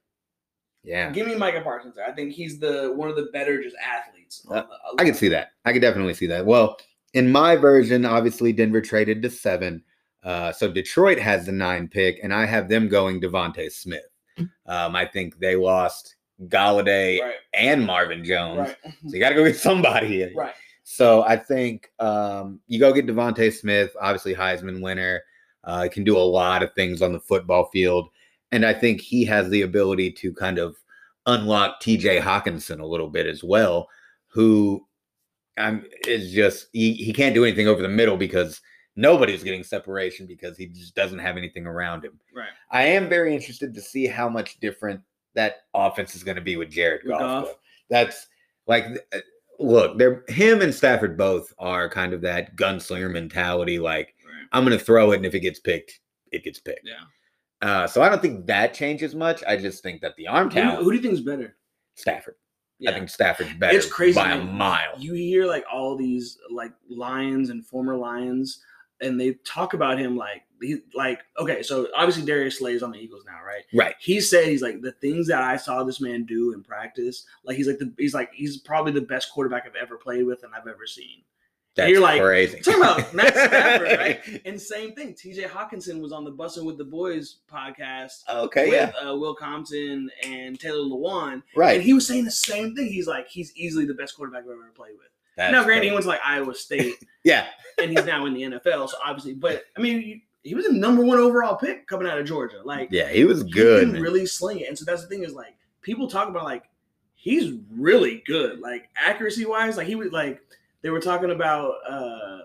yeah.
give me Micah Parsons. There. I think he's the one of the better just athletes. on the-
I could see that. I could definitely see that. Well, in my version, obviously Denver traded to seven. Uh, so Detroit has the nine pick, and I have them going Devonte Smith. Um, I think they lost Galladay
Mm. right,
and Marvin Jones,
right,
[LAUGHS] so you got to go get somebody. here.
[LAUGHS] right.
So I think um, you go get Devonte Smith, obviously Heisman winner, uh, can do a lot of things on the football field, and I think he has the ability to kind of unlock TJ Hawkinson a little bit as well, who I'm is just he, he can't do anything over the middle because nobody's getting separation because he just doesn't have anything around him.
Right.
I am very interested to see how much different that offense is going to be with Jared
With
Goff.
Goff.
though. That's like uh, look, they're him and Stafford both are kind of that gunslinger mentality like
Right.
I'm going to throw it and if it gets picked, it gets picked.
Yeah.
Uh, so I don't think that changes much. I just think that the arm
Who,
talent,
who do you think is better?
Stafford. I think Stafford's better
It's crazy,
by a
man.
mile.
you hear like all these like lions and former lions and they talk about him like he like okay so obviously darius slay's on the eagles now right
Right.
he said he's like the things that i saw this man do in practice like he's like the he's like he's probably the best quarterback i've ever played with and i've ever seen
That's
you're like,
crazy.
Talking
[LAUGHS]
about Matt Stafford, right? And same thing. T.J. Hawkinson was on the Bussin' with the Boys podcast
Okay, yeah.
with uh, Will Compton and Taylor Lewan,
Right.
and he was saying the same thing. He's like, he's easily the best quarterback I've ever played with.
That's
now, granted,
crazy.
he went to like Iowa State,
Yeah.
and he's now in the NFL. So obviously, but I mean, you- he was a number one overall pick coming out of Georgia. Like,
Yeah, he was
he
good.
can
man.
really sling it. And so that's the thing is like people talk about like he's really good, like accuracy wise. Like he was like they were talking about uh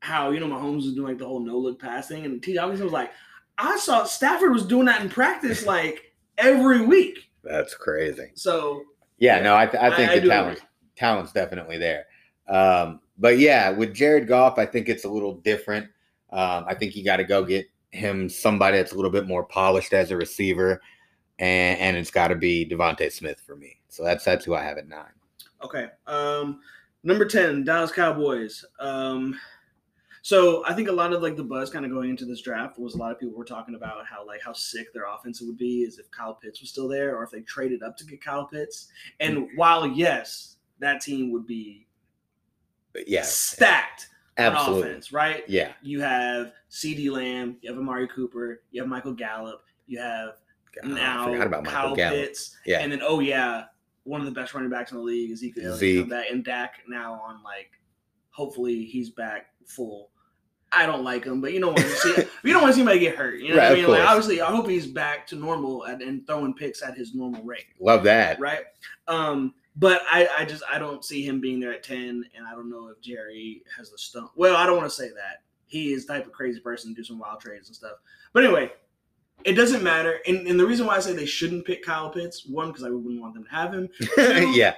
how you know Mahomes was doing like the whole no look passing, and T. Hawkinson was like, I saw Stafford was doing that in practice like every week.
That's crazy.
So
Yeah, no, I, th- I think
I
the
do
talent talent's definitely there. Um, but yeah, with Jared Goff, I think it's a little different. Um, I think you got to go get him somebody that's a little bit more polished as a receiver, and, and it's got to be Devonte Smith for me. So that's that's who I have at nine.
Okay. Um, number ten, Dallas Cowboys. Um, so I think a lot of like the buzz kind of going into this draft was a lot of people were talking about how like how sick their offense would be is if Kyle Pitts was still there or if they traded up to get Kyle Pitts. And
Mm.
while yes, that team would be
But yeah,
stacked on
absolutely.
offense, right?
Yeah,
You have C.D. Lamb, you have Amari Cooper, you have Michael Gallup, you have
God,
now
I forgot about Michael
Kyle
Gallup.
Pitts.
Yeah,
And then, oh yeah, one of the best running backs in the league, Ezekiel. Elliott's
Zeke.
come back, and Dak now on like, hopefully he's back full. I don't like him, but you don't want to
[LAUGHS]
see you don't want to see anybody get hurt. You know what
Right,
I
of
mean? Like
course.
obviously, I hope he's back to normal and, and throwing picks at his normal rate,
love that.
right? Um, but I, I just I don't see him being there at ten, and I don't know if Jerry has the stump. Well, I don't want to say that he is the type of crazy person to do some wild trades and stuff. But anyway, it doesn't matter. And, and the reason why I say they shouldn't pick Kyle Pitts, one, because I wouldn't want them to have him.
[LAUGHS] yeah,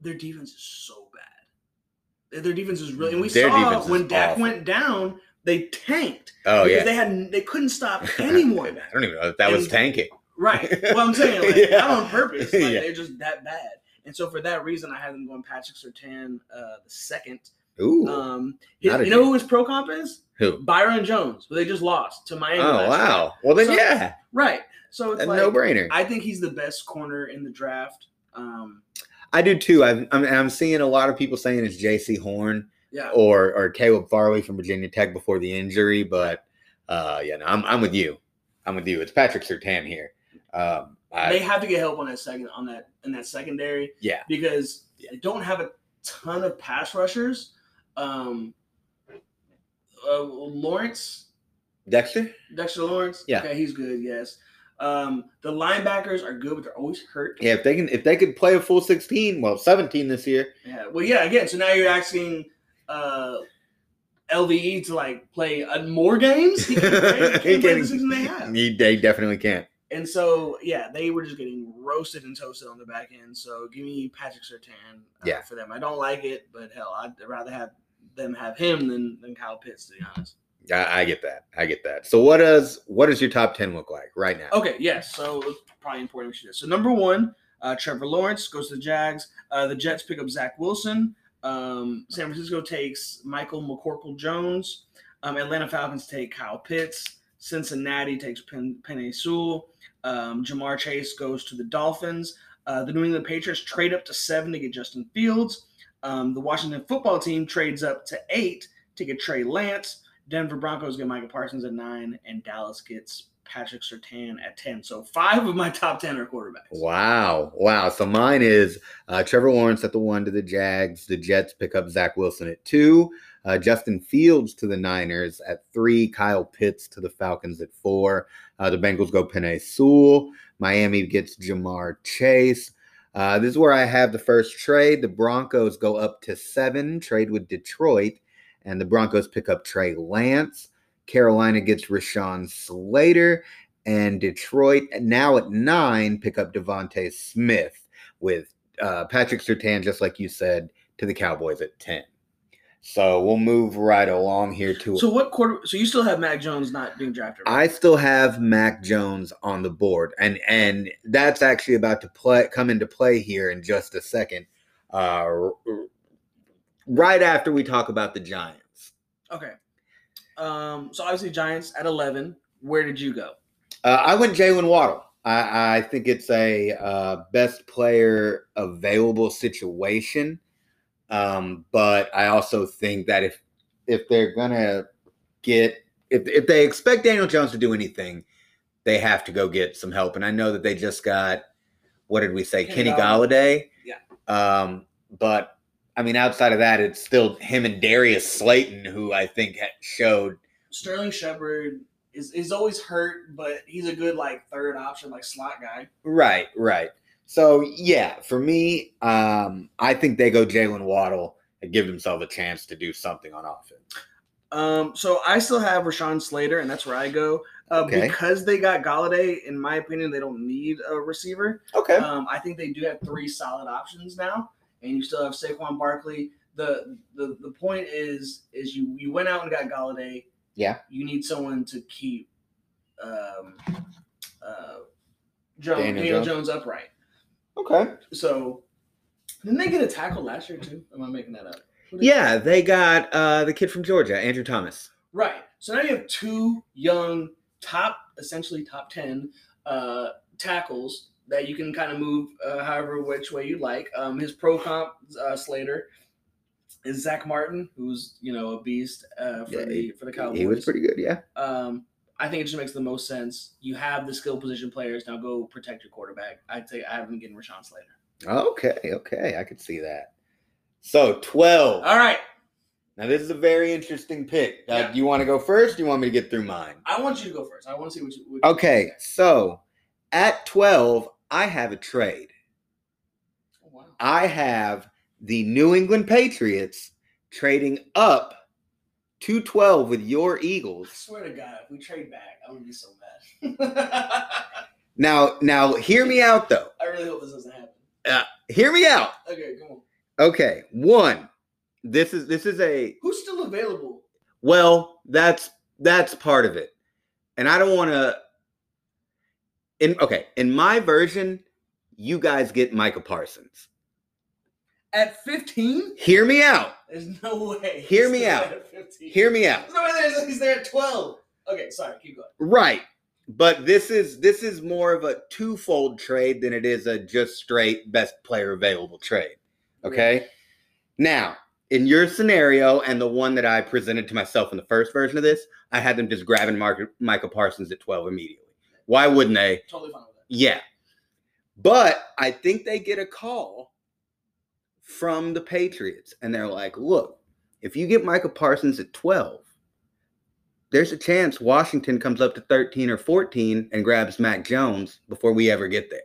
Their defense is so bad. Their- Their defense is really. And we
Their defense
saw
is
when Dak
awful.
went down, they tanked.
oh
because
yeah.
They had they couldn't stop anyone.
[LAUGHS] I don't even know if that was
And-
tanking. [LAUGHS]
right. Well, I'm saying like,
Yeah.
not on purpose. Like,
[LAUGHS] Yeah.
They're just that bad. And so for that reason, I had them going Patrick Sertan uh, the second.
Ooh,
Um, his-
Not a
you know
dude.
who his pro comp is?
who?
Byron Jones, who they just lost to Miami.
Oh
last year.
wow. Well then,
So-
yeah,
Right. So it's
a
like,
no brainer.
I think he's the best corner in the draft. Um,
I do too. I've, I'm, I'm seeing a lot of people saying it's J.C. Horn
yeah.
or or Caleb Farley from Virginia Tech before the injury, but uh, yeah, no, I'm I'm with you. I'm with you. It's Patrick Sertan here. Um,
they
I,
have to get help on that second on that in that secondary
yeah,
because
Yeah.
they don't have a ton of pass rushers. Um, uh, Lawrence,
Dexter.
Dexter Lawrence.
Yeah.
Okay, he's good. Yes. Um, the linebackers are good, but they're always hurt.
Yeah, if they can if they could play a full 16, well 17 this year.
Yeah. Well, yeah. Again, so now you're asking uh, LVE to like play uh, more games. He can't
[LAUGHS]
play, he can't play the season they have.
he- they definitely can't.
And so, yeah, they were just getting roasted and toasted on the back end. So give me Patrick Sertan uh,
Yeah.
for them. I don't like it, but hell, I'd rather have them have him than, than Kyle Pitts, to be honest.
I, I get that. I get that. So what does what does your top 10 look like right now?
Okay, yes. So it's probably important we should do this. So number one, uh, Trevor Lawrence goes to the Jags. Uh, the Jets pick up Zach Wilson. Um, San Francisco takes Michael McCorkle Jones. Um, Atlanta Falcons take Kyle Pitts. Cincinnati takes Pen- Penny Sewell. Um, Jamar Chase goes to the Dolphins. Uh, the New England Patriots trade up to seven to get Justin Fields. Um, the Washington football team trades up to eight to get Trey Lance. Denver Broncos get Michael Parsons at nine, and Dallas gets Patrick Sertan at 10. So five of my top 10 are quarterbacks.
Wow. Wow. So mine is uh, Trevor Lawrence at the one to the Jags. The Jets pick up Zach Wilson at two. Uh, Justin Fields to the Niners at three. Kyle Pitts to the Falcons at four. Uh, the Bengals go Penay Sewell. Miami gets Jamar Chase. Uh, this is where I have the first trade. The Broncos go up to seven, trade with Detroit, and the Broncos pick up Trey Lance. Carolina gets Rashawn Slater, and Detroit now at nine pick up Devonte Smith with uh, Patrick Sertan, just like you said, to the Cowboys at ten. So we'll move right along here to.
So what quarter? So you still have Mac Jones not being drafted? right?
I still have Mac Jones on the board, and and that's actually about to play come into play here in just a second. Uh, r- r- right after we talk about the Giants,
okay. Um, so obviously Giants at 11. Where did you go?
uh, I went Jalen Waddle. I, I think it's a uh, best player available situation, um, but I also think that if if they're gonna get if if they expect Daniel Jones to do anything, they have to go get some help. And I know that they just got what did we say,
Kenny
Kenny Galladay.
Yeah.
Um, but I mean, outside of that, it's still him and Darius Slayton, who I think ha- showed.
Sterling Shepard is, is always hurt, but he's a good like third option, like slot guy.
Right, right. So yeah, for me, um, I think they go Jalen Waddle and give themselves a chance to do something on offense.
Um, so I still have Rashawn Slater, and that's where I go. Uh,
Okay.
Because they got Galladay, in my opinion, they don't need a receiver.
Okay.
Um, I think they do have three solid options now, and you still have Saquon Barkley. The the, the point is is you you went out and got Galladay.
Yeah.
You need someone to keep um, uh, Jones,
Daniel
Daniel,
Jones.
Jones. upright.
okay.
So didn't they get a tackle last year too? Am I making that up? Who did-
Yeah, they got uh, the kid from Georgia, Andrew Thomas.
Right. So now you have two young top, essentially top ten uh, tackles that you can kind of move uh, however which way you like. Um, his pro comp uh, Slater is Zach Martin, who's you know a beast uh, for
Yeah,
the
he-
for the Cowboys.
He was pretty good. Yeah.
um, I think it just makes the most sense. You have the skill position players now. Go protect your quarterback. I'd say I have him getting Rashawn Slater.
Okay. Okay. I could see that. So twelve.
All right.
Now this is a very interesting pick. Uh,
Yeah.
Do you want to go first? Or do you want me to get through mine?
I want you to go first. I want to see what you. What
Okay. So at twelve, I have a trade.
Oh, wow.
I have the New England Patriots trading up to 12 with your
I
Eagles.
swear to God, if we trade back, I'm gonna be so mad. [LAUGHS]
Now, now hear me out though.
I really hope this doesn't happen.
Hear me out.
Okay, come on.
Okay. One. This is this is a
Who's still available?
well, that's that's part of it. And I don't want to in okay, in my version, you guys get Micah Parsons.
At 15?
Hear me out.
There's no way.
Hear
he's
me
still
out.
At 15.
Hear me out.
There's no way there's, he's there at 12. Okay, sorry, keep going.
Right. But this is this is more of a twofold trade than it is a just straight best player available trade. Okay? Now, in your scenario and the one that I presented to myself in the first version of this, I had them just grabbing Mark, Michael Parsons at 12 immediately. Why wouldn't they?
Totally fine with that.
Yeah. But I think they get a call from the Patriots and they're like, look, if you get Michael Parsons at 12, there's a chance Washington comes up to 13 or 14 and grabs Mac Jones before we ever get there.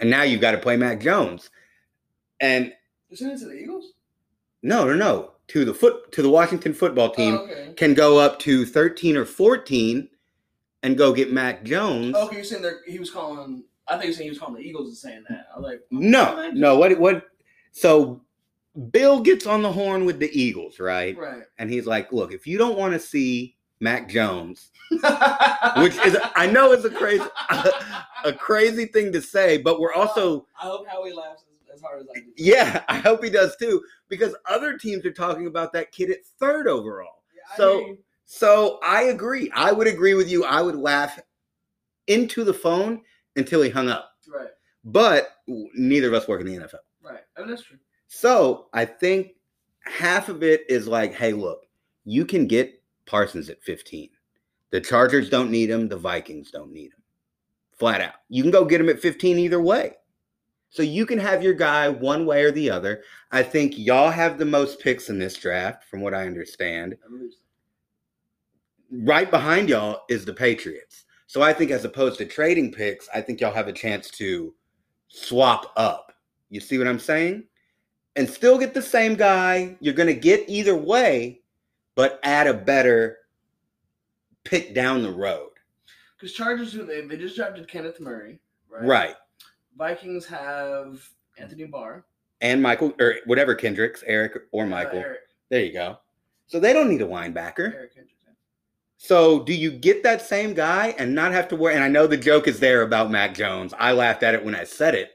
And now you've got to play Mac Jones. And
You sent it to the Eagles?
no, no, no, to the foot to the Washington football team
Oh, okay.
can go up to 13 or 14 and go get Mac Jones.
Oh, Okay, you're saying there, he was calling. I think you're saying he was calling the Eagles and saying that. I was like,
No, no. What? What? So Bill gets on the horn with the Eagles, right?
Right.
And he's like, "Look, if you don't want to see Mac [LAUGHS] Jones,
Which
which is I know is
[LAUGHS]
a crazy, a crazy thing to say, but we're also
I hope Howie laughs as, as hard as I do.
yeah. [LAUGHS] I hope he does too because other teams are talking about that kid at third overall.
Yeah, I
So-
hear you.
So I agree. I would agree with you. I would laugh into the phone until he hung up.
Right,
But neither of us work in the NFL.
right. I mean, that's true.
So I think half of it is like, hey, look, you can get Parsons at 15. The Chargers don't need him. The Vikings don't need him. Flat out. You can go get him at 15 either way. So you can have your guy one way or the other. I think y'all have the most picks in this draft, from what I understand. Right behind y'all is the Patriots. So I think, as opposed to trading picks, I think y'all have a chance to swap up. You see what I'm saying? And still get the same guy. You're going to get either way, but add a better pick down the road.
Because Chargers, who they, they just drafted Kenneth Murray, right?
Right.
Vikings have Anthony Barr.
And Michael, or whatever Kendricks, Eric or
Uh,
Michael.
Eric,
There you go. So they don't need a linebacker.
Eric Hendrickson.
So do you get that same guy and not have to worry? And I know the joke is there about Mac Jones. I laughed at it when I said it,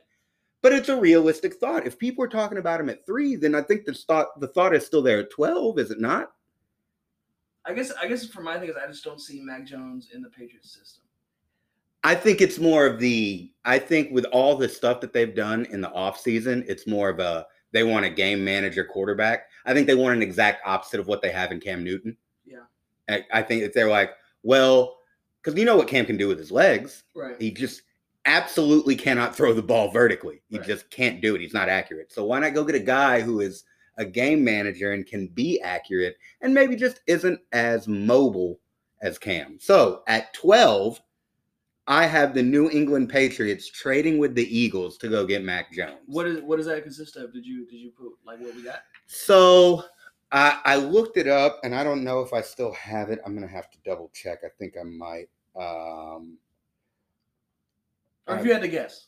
but it's a realistic thought. If people are talking about him at three, then I think the thought the thought is still there at twelve, is it not?
I guess I guess for my thing is I just don't see Mac Jones in the Patriots system.
I think it's more of the I think with all the stuff that they've done in the offseason, it's more of a they want a game manager quarterback. I think they want an exact opposite of what they have in Cam Newton.
Yeah.
I, I think if they're like, well, because you know what Cam can do with his legs.
Right.
He just absolutely cannot throw the ball vertically. He
Right.
just can't do it. He's not accurate. So why not go get a guy who is a game manager and can be accurate and maybe just isn't as mobile as Cam. So at 12, I have the New England Patriots trading with the Eagles to go get Mac Jones.
What is what does that consist of? Did you did you put like what we got?
So I, I looked it up, and I don't know if I still have it. I'm gonna have to double check. I think I might. Um,
Or if
Uh,
you had to guess.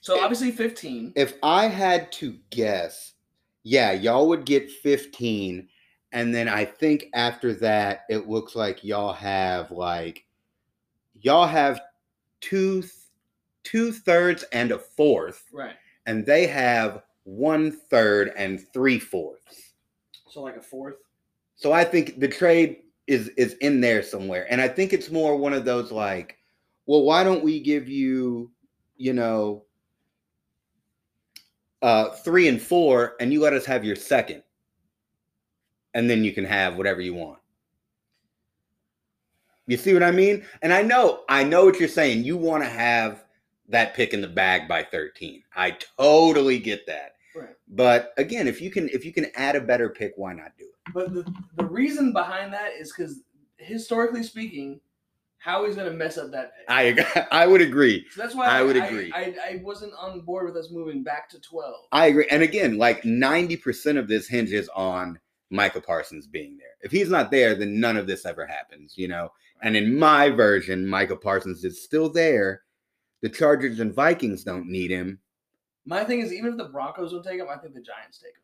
So
it-
obviously fifteen.
if I had to guess, yeah, y'all would get 15, and then I think after that, it looks like y'all have like y'all have two two thirds and a fourth,
right.
and they have one third and three fourths.
So like a fourth.
So I think the trade is is in there somewhere, and I think it's more one of those like, well, why don't we give you, you know, uh, three and four, and you let us have your second, and then you can have whatever you want. You see what I mean? And I know, I know what you're saying. You want to have that pick in the bag by 13. I totally get that.
Right.
But again, if you can if you can add a better pick, why not do it?
But the, the reason behind that is because historically speaking, Howie's gonna mess up that pick.
I ag- [LAUGHS] I would agree.
so that's why
I would agree.
I, I wasn't on board with us moving back to twelve.
I agree. And again, like 90% of this hinges on Micah Parsons being there. If he's not there, then none of this ever happens, you know? And in my version, Micah Parsons is still there. The Chargers and Vikings don't need him.
My thing is even if the Broncos don't take him, I think the Giants take him.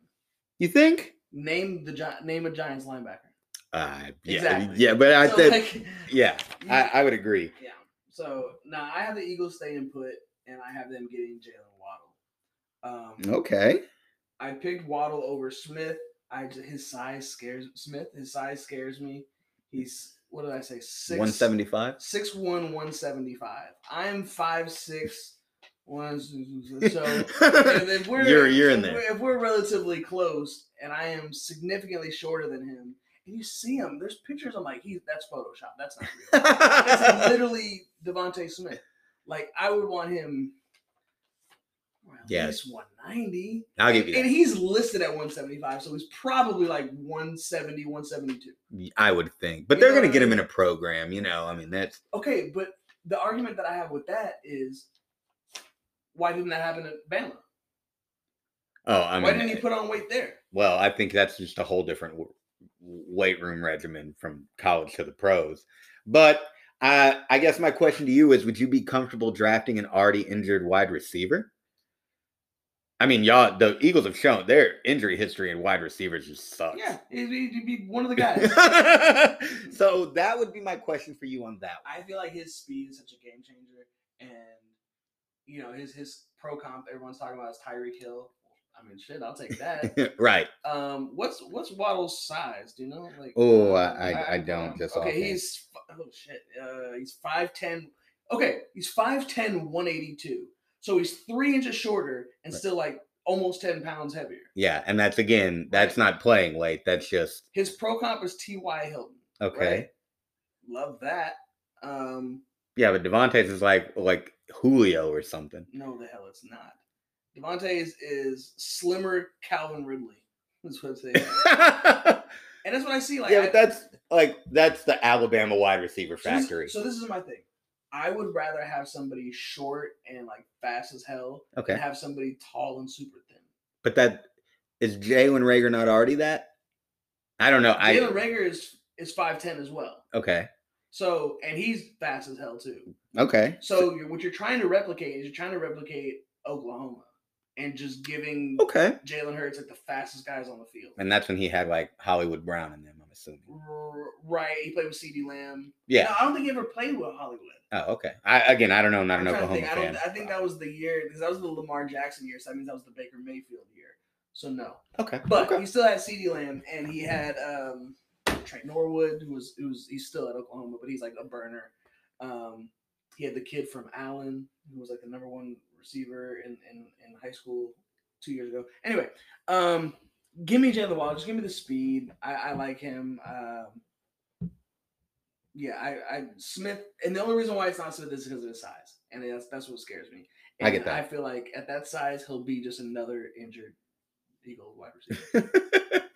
You think?
Name the Gi- name a Giants linebacker.
Uh, yeah.
Exactly.
Yeah, but I
so
said,
like,
yeah,
you-
I, I would agree.
Yeah. So now I have the Eagles staying put, and I have them getting Jalen Waddle. Um,
Okay.
I picked Waddle over Smith. I j- his size scares Smith. His size scares me. He's what did I say? Six
175.
six one, 175. I'm five six one. [LAUGHS]
[LAUGHS]
So if, if we're
You're- you're in
if
there.
we're- if we're relatively close, and I am significantly shorter than him, and you see him, there's pictures. I'm like, he that's Photoshop. That's not real.
[LAUGHS]
That's literally Devonte Smith. Like I would want him. Well, at
Yes.
least 190.
I'll give you
And he's listed at 175, so he's probably like 170, 172.
that. I would think. But
You
they're
know
going to
what I
get him
mean?
in a program, you know? I mean, that's
Okay, but the argument that I have with that is why didn't that happen at Bama?
Oh, I mean,
why didn't he put on weight there?
Well, I think that's just a whole different w- weight room regimen from college to the pros. But uh, I, I guess my question to you is: Would you be comfortable drafting an already injured wide receiver? I mean, y'all, the Eagles have shown their injury history and wide receivers just sucks.
Yeah, he'd be, he'd be one of
[LAUGHS]
the guys.
so that would be my question for you on that. one.
I feel like his speed is such a game changer, and you know his his pro comp everyone's talking about is Tyreek Hill. I mean, shit, I'll take that.
[LAUGHS] right.
Um, what's what's Waddle's size? Do you know? Like,
Oh,
uh,
I- I- I don't just
okay,
offhand.
he's f- oh shit. Uh, he's five ten. Okay, he's 5'10", 182. So he's three inches shorter and
Right.
still like almost ten pounds heavier.
Yeah, and that's again, that's not playing weight. That's just
His pro comp is T. Y. Hilton.
okay.
Right. love that. Um,
Yeah, but Devontae's is like like Julio or something. [LAUGHS]
no, the hell it's not. Devontae's is slimmer Calvin Ridley. [LAUGHS] That's what I'm
[LAUGHS]
saying.
yeah,
and that's what I see. Like, I-
but that's like that's the Alabama wide receiver
so this-
factory.
So this, is my thing. I would rather have somebody short and like fast as hell than
Okay,
have somebody tall and super thin.
but that is Jalen Rager not already that? I don't know. I
Jalen Rager is is five ten as well.
okay,
So and he's fast as hell too.
okay.
So you're, what you're trying to replicate is you're trying to replicate Oklahoma and just giving
Okay.
Jalen Hurts like the fastest guys on the field.
And that's when he had like Hollywood Brown in them, I'm assuming.
R- Right, he played with C.D. Lamb.
Yeah.
No, I don't think he ever played with Hollywood.
Oh, okay. I again, I don't know. I'm not
I'm
an
trying to
Oklahoma
think. I
fan.
don't. I think that was the year because that was the Lamar Jackson year. So that means that was the Baker Mayfield year. So no,
okay.
but
okay.
he still had C.D. Lamb and he had um, Trent Norwood, who was who was he's still at Oklahoma, but he's like a burner. Um, he had the kid from Allen, who was like the number one receiver in in, in high school two years ago. Anyway, um, give me Jalen Wall. Just give me the speed. I, I like him. Um, yeah, I, I Smith, and the only reason why it's not Smith is because of his size, and that's that's what scares me. And
I get that.
I feel like at that size, he'll be just another injured Eagle wide receiver. [LAUGHS]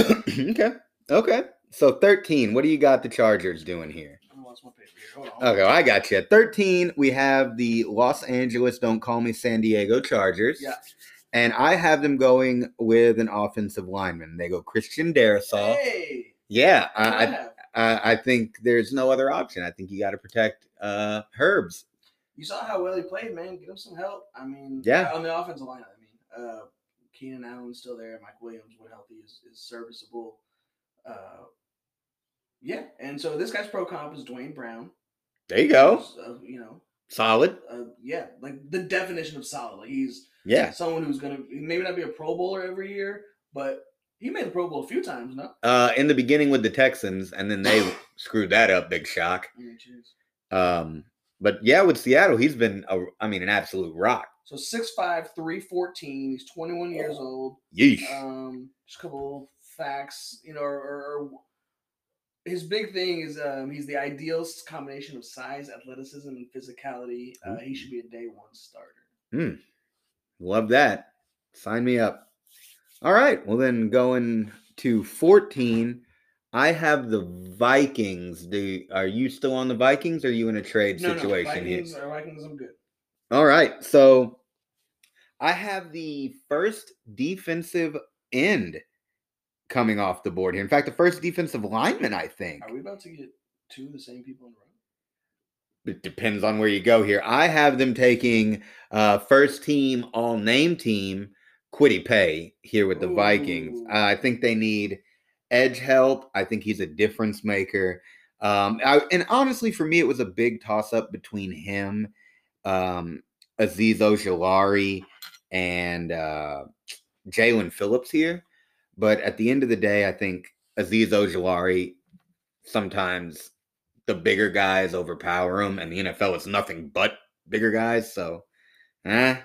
okay. [CLEARS THROAT] Okay. So 13. What do you got the Chargers doing here?
I lost my paper here. Hold on.
Okay, I got you. 13. We have the Los Angeles Don't Call Me San Diego Chargers.
Yeah.
And I have them going with an offensive lineman. They go Christian Darisaw.
Hey,
Yeah, I, I-
yeah.
I I think there's no other option. I think you got to protect uh Herbs.
you saw how well he played, man. Get him some help. I mean,
Yeah.
on the offensive line. I mean, uh, Keenan Allen's still there. Mike Williams, when healthy, is, is serviceable. Uh, yeah, and so this guy's pro comp is Dwayne Brown.
There you go.
who's, uh, you know,
Solid.
uh, yeah, like the definition of solid. Like he's
Yeah.
someone who's gonna maybe not be a Pro Bowler every year, but he made the Pro Bowl a few times. No,
Uh in the beginning with the Texans and then they screwed that up big shock.
Yeah, cheers.
Um but yeah, with Seattle, he's been a, I mean an absolute rock.
So 6'5", 314. He's twenty one years old.
Yeesh.
um, just a couple facts, you know, or, or, or his big thing is um, he's the ideal s- combination of size, athleticism, and physicality. Uh, he should be a day one starter.
Love that. Sign me up. All right. Well, then going to 14, I have the Vikings. Do are you still on the Vikings? Or are you in a trade situation here?
Vikings, uh, Vikings, I'm good.
All right. So I have the first defensive end coming off the board here. In fact, the first defensive lineman, I think.
Are we about to get two of the same people in a row?
It depends on where you go here. I have them taking uh first team all name team Quiddy Pay here with the Vikings.
Ooh.
Uh, I think they need edge help. I think he's a difference maker. Um I, and honestly for me it was a big toss up between him um Aziz Ojolari and uh Jalen Phillips here. But at the end of the day, I think Aziz Ojolari sometimes the bigger guys overpower him, and the NFL is nothing but bigger guys. So, eh.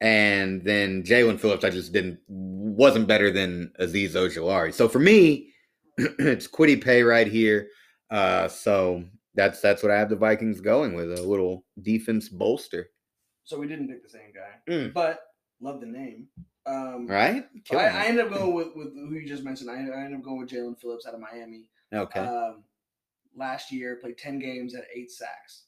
And then Jalen Phillips, I just didn't wasn't better than Aziz Ojolari. So for me, [CLEARS THROAT] it's Quiddy Pay right here. Uh, so that's that's what I have the Vikings going with a little defense bolster,
So we didn't pick the same guy,
Mm.
but love the name. Um,
right?
but
Killing
I, I
it.
ended up going with, with who you just mentioned. I, I ended up going with Jalen Phillips out of Miami.
okay.
Um, last year, played 10 games at eight sacks,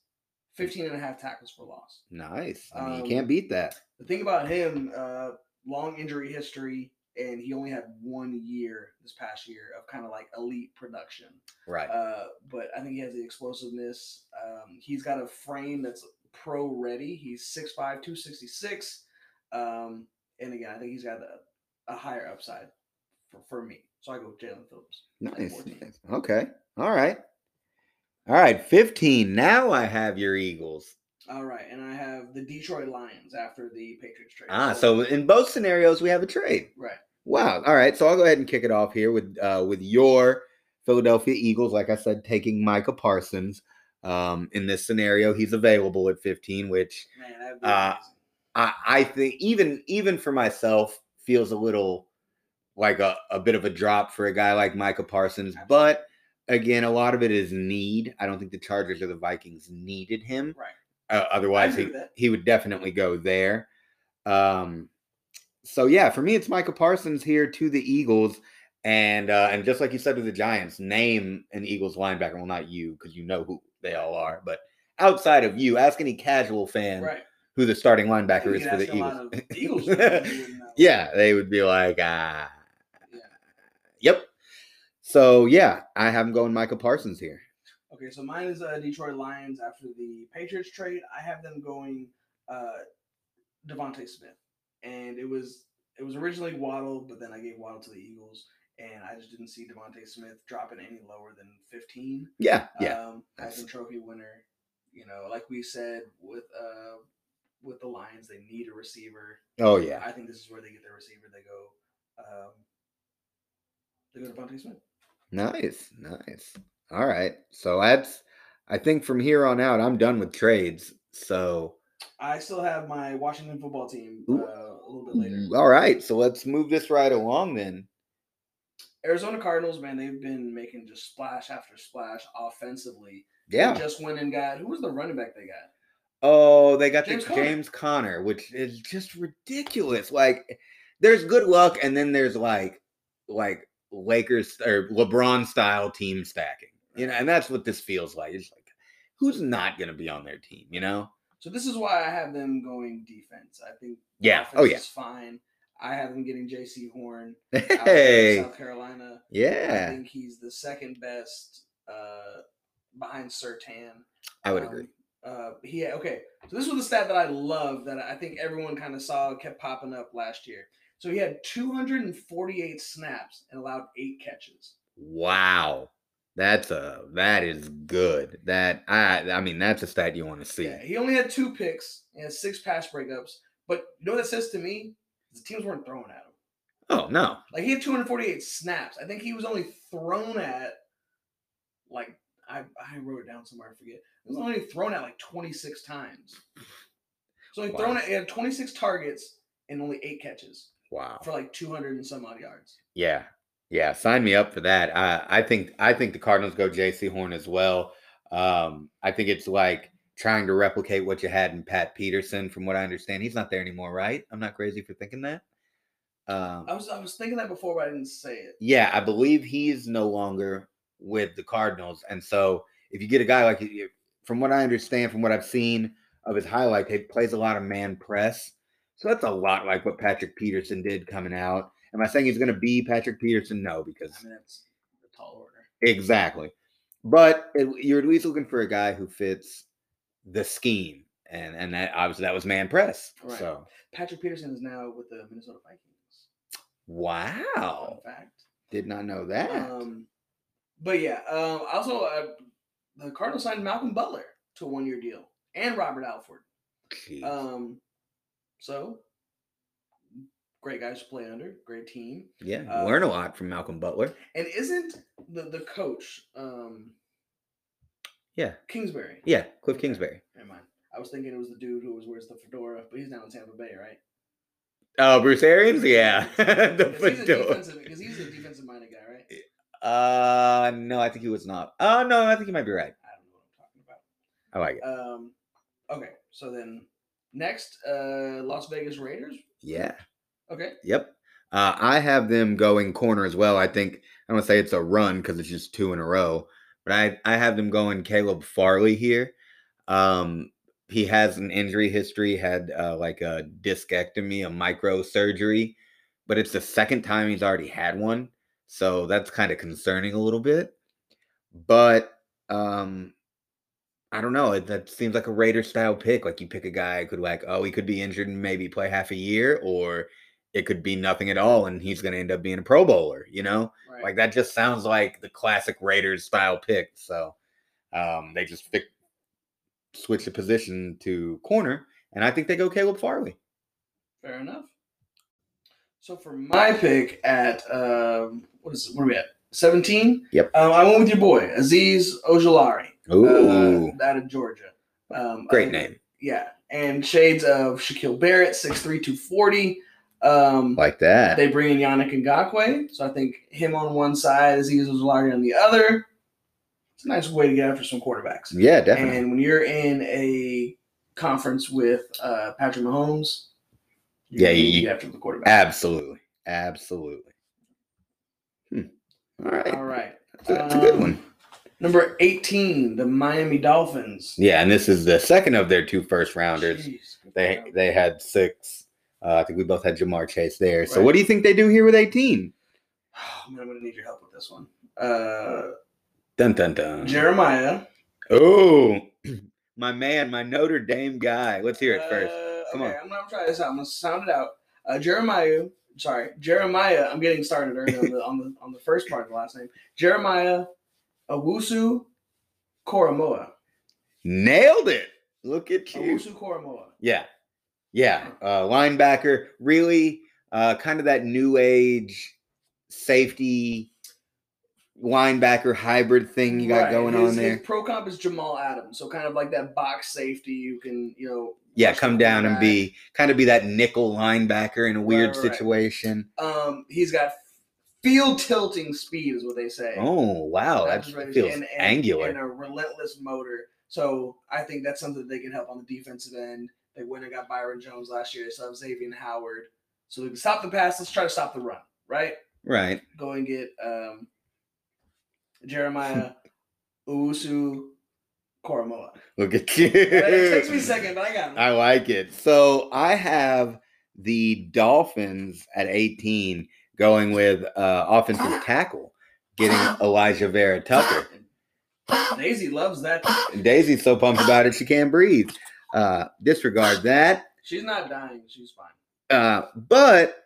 15 and a half tackles for loss.
Nice. I mean,
um,
you can't beat that.
The thing about him, uh, long injury history, and he only had one year this past year of kind of like elite production.
Right.
Uh, but I think he has the explosiveness. Um, he's got a frame that's pro ready. He's 6'5, 266. Um, and again, I think he's got a, a higher upside for, for me. So I go with Jalen Phillips. at
Nice.
14.
nice. Okay. All right. All right. 15. Now I have your Eagles.
All right, and I have the Detroit Lions after the Patriots trade.
Ah, so in both scenarios, we have a trade.
right,
Wow. All right. So I'll go ahead and kick it off here with uh, with your Philadelphia Eagles. Like I said, taking Micah Parsons. Um, in this scenario, he's available at 15, which
man, that'd be
Uh,
amazing.
I, I think even even for myself feels a little like a, a bit of a drop for a guy like Micah Parsons, but again, a lot of it is need. I don't think the Chargers or the Vikings needed him.
Right.
Uh, otherwise,
I agree
he,
with that.
he would definitely go there. Um, so yeah, for me, it's Micah Parsons here to the Eagles, and uh, and just like you said to the Giants, name an Eagles linebacker. Well, not you because you know who they all are, but outside of you, ask any casual fan
Right.
who the starting linebacker
You
is
could
for
ask
the
a lot
Eagles. [LAUGHS]
of Eagles fans, you wouldn't know.
Yeah, they would be like, ah,
Yeah.
yep. So yeah, I have him going Micah Parsons here.
Okay, so mine is uh, Detroit Lions after the Patriots trade. I have them going uh, Devonte Smith, and it was it was originally Waddle, but then I gave Waddle to the Eagles, and I just didn't see Devonte Smith dropping any lower than fifteen.
Yeah, yeah,
um, Heisman Trophy winner. You know, like we said with uh, with the Lions, they need a receiver.
oh yeah.
I think this is where they get their receiver. They go, um, they go Devonte Smith.
Nice, nice. All right. So that's I think from here on out I'm done with trades. So
I still have my Washington football team uh,
Ooh. Mm,
a little bit later.
all right, so let's move this right along then.
Arizona Cardinals, man, they've been making just splash after splash offensively. They
Yeah.
just went and got who was the running back they got?
Oh, they got
James
the
Conner.
James Conner, which is just ridiculous. Like there's good luck and then there's like like Lakers or LeBron style team stacking. You know, and that's what this feels like. It's like who's not going to be on their team, you know?
So this is why I have them going defense. I think the
Yeah. Oh
offense
yeah.
is fine. I have them getting J.C. Horn out of
[LAUGHS] Hey.
South Carolina. I
Yeah.
think he's the second best uh, behind Sertan.
I would
Um,
agree.
Uh, he okay. So this was the stat that I love that I think everyone kind of saw kept popping up last year. So he had 248 snaps and allowed eight catches.
Wow. That's a that is good. That I I mean that's a stat you want to see.
Yeah, he only had two picks and six pass breakups. But you know what that says to me? The teams weren't throwing at him.
Oh no.
Like he had 248 snaps. I think he was only thrown at like I, I wrote it down somewhere. I forget. He was only thrown at like 26 times. So he
Wow.
thrown at he had 26 targets and only eight catches
Wow.
for like 200 and some odd yards.
Yeah. Yeah. Sign me up for that. I I think I think the Cardinals go JC Horn as well. Um, I think it's like trying to replicate what you had in Pat Peterson, from what I understand. He's not there anymore, right? I'm not crazy for thinking that. Um,
I was I was thinking that before, but I didn't say it.
yeah, I believe he's no longer with the Cardinals. And so if you get a guy like you- from what I understand, from what I've seen of his highlight, he plays a lot of man press. So that's a lot like what Patrick Peterson did coming out. Am I saying he's going to be Patrick Peterson? No, because
I mean that's a tall order.
Exactly. But it- you're at least looking for a guy who fits the scheme. And and that obviously that was man press.
Right.
So
Patrick Peterson is now with the Minnesota Vikings.
wow. Oh,
Fun fact.
Did not know that.
Um, but yeah, um, also uh, the Cardinals signed Malcolm Butler to a one-year deal and Robert Alford.
Jeez.
Um, so great guys to play under, great team.
yeah.
uh,
learn a lot from Malcolm Butler.
And isn't the the coach um,
Yeah.
Kingsbury?
Yeah. Cliff
okay.
Kingsbury.
Never mind. I was thinking it was the dude who was wears the fedora, but he's now in Tampa Bay, right?
Oh, Bruce Arians? Yeah. [LAUGHS] the
Because he's a
fedora.
defensive because he's a defensive minded guy, right?
Uh no, I think he was not. Oh no, I think you might be right.
I don't know what I'm talking about.
I like it.
Um, okay, so then next, uh, Las Vegas Raiders.
Yeah.
Okay,
Yep. Uh, I have them going corner as well. I think I don't wanna say it's a run because it's just two in a row, but I I have them going Caleb Farley here. Um, he has an injury history, had uh, like a discectomy, a microsurgery, but it's the second time he's already had one, so that's kind of concerning a little bit. But um, I don't know. It, that seems like a Raider style pick. Like you pick a guy who could like, oh, he could be injured and maybe play half a year, or it could be nothing at all, and he's going to end up being a Pro Bowler. You know,
right.
like that just sounds like the classic Raiders style pick. So um, they just pick, switch the position to corner, and I think they go Caleb Farley.
Fair enough. So for my pick at um, what is where are we at? Seventeen.
Yep.
Um, I went with your boy Aziz Ojolari
Ooh,
uh, out of Georgia. Um, I
great
think-
name,
Yeah, and shades of Shaquille Barrett, six three two forty. Um,
like that.
they bring in Yannick Ngakwe, so I think him on one side, Aziz Ojolari on the other. It's a nice way to get after some quarterbacks.
Yeah, definitely.
And when you're in a conference with uh, Patrick Mahomes,
Yeah,
gonna
you-
get after the quarterback.
Absolutely. Absolutely. Hmm. All right.
All right.
That's a, that's a good
um,
one.
Number 18, the Miami Dolphins.
Yeah, and this is the second of their two first rounders.
Jeez. [SIGHS]
They they had six. Uh, I think we both had Jamar Chase there. So
Right.
what do you think they do here with 18?
Oh, man, I'm going to need your help with this one. Uh,
Dun dun dun.
Jeremiah.
oh, [CLEARS THROAT] my man, my Notre Dame guy. Let's hear it first.
Uh,
Come
okay, I'm gonna try this out. I'm gonna sound it out. Uh, Jeremiah, sorry, Jeremiah. I'm getting started early on the on the, on the first part of the last name. Jeremiah Awusu Koromoa.
Nailed it. Look at you.
Awusu Koromoa.
Yeah. Yeah. Uh, linebacker, really uh, kind of that new age safety linebacker hybrid thing you got
Right,
going
his-
on there.
His pro comp is Jamal Adams, so kind of like that box safety. You can you know
yeah,
rush
come
the
down and
quarterback.
be kind of be that nickel linebacker in a weird
Right, right.
situation.
Um, he's got field tilting speed, is what they say.
Oh, wow. That
That's what it is,
feels
and- and-
angular.
and a relentless motor. So I think that's something they can help on the defensive end. They went and got Byron Jones last year. They still have Xavier Howard. So we can stop the pass. Let's try to stop the run, right?
right.
Go and get um,
[LAUGHS]
Jeremiah Usu Koromoa.
Look at you.
It takes me a second, but I got him.
I like it. So I have the Dolphins at 18 going with uh, offensive tackle, getting Elijah Vera Tucker.
Daisy loves that.
Daisy's so pumped about it she can't breathe. Uh, disregard that.
She's not dying. She's fine.
Uh, but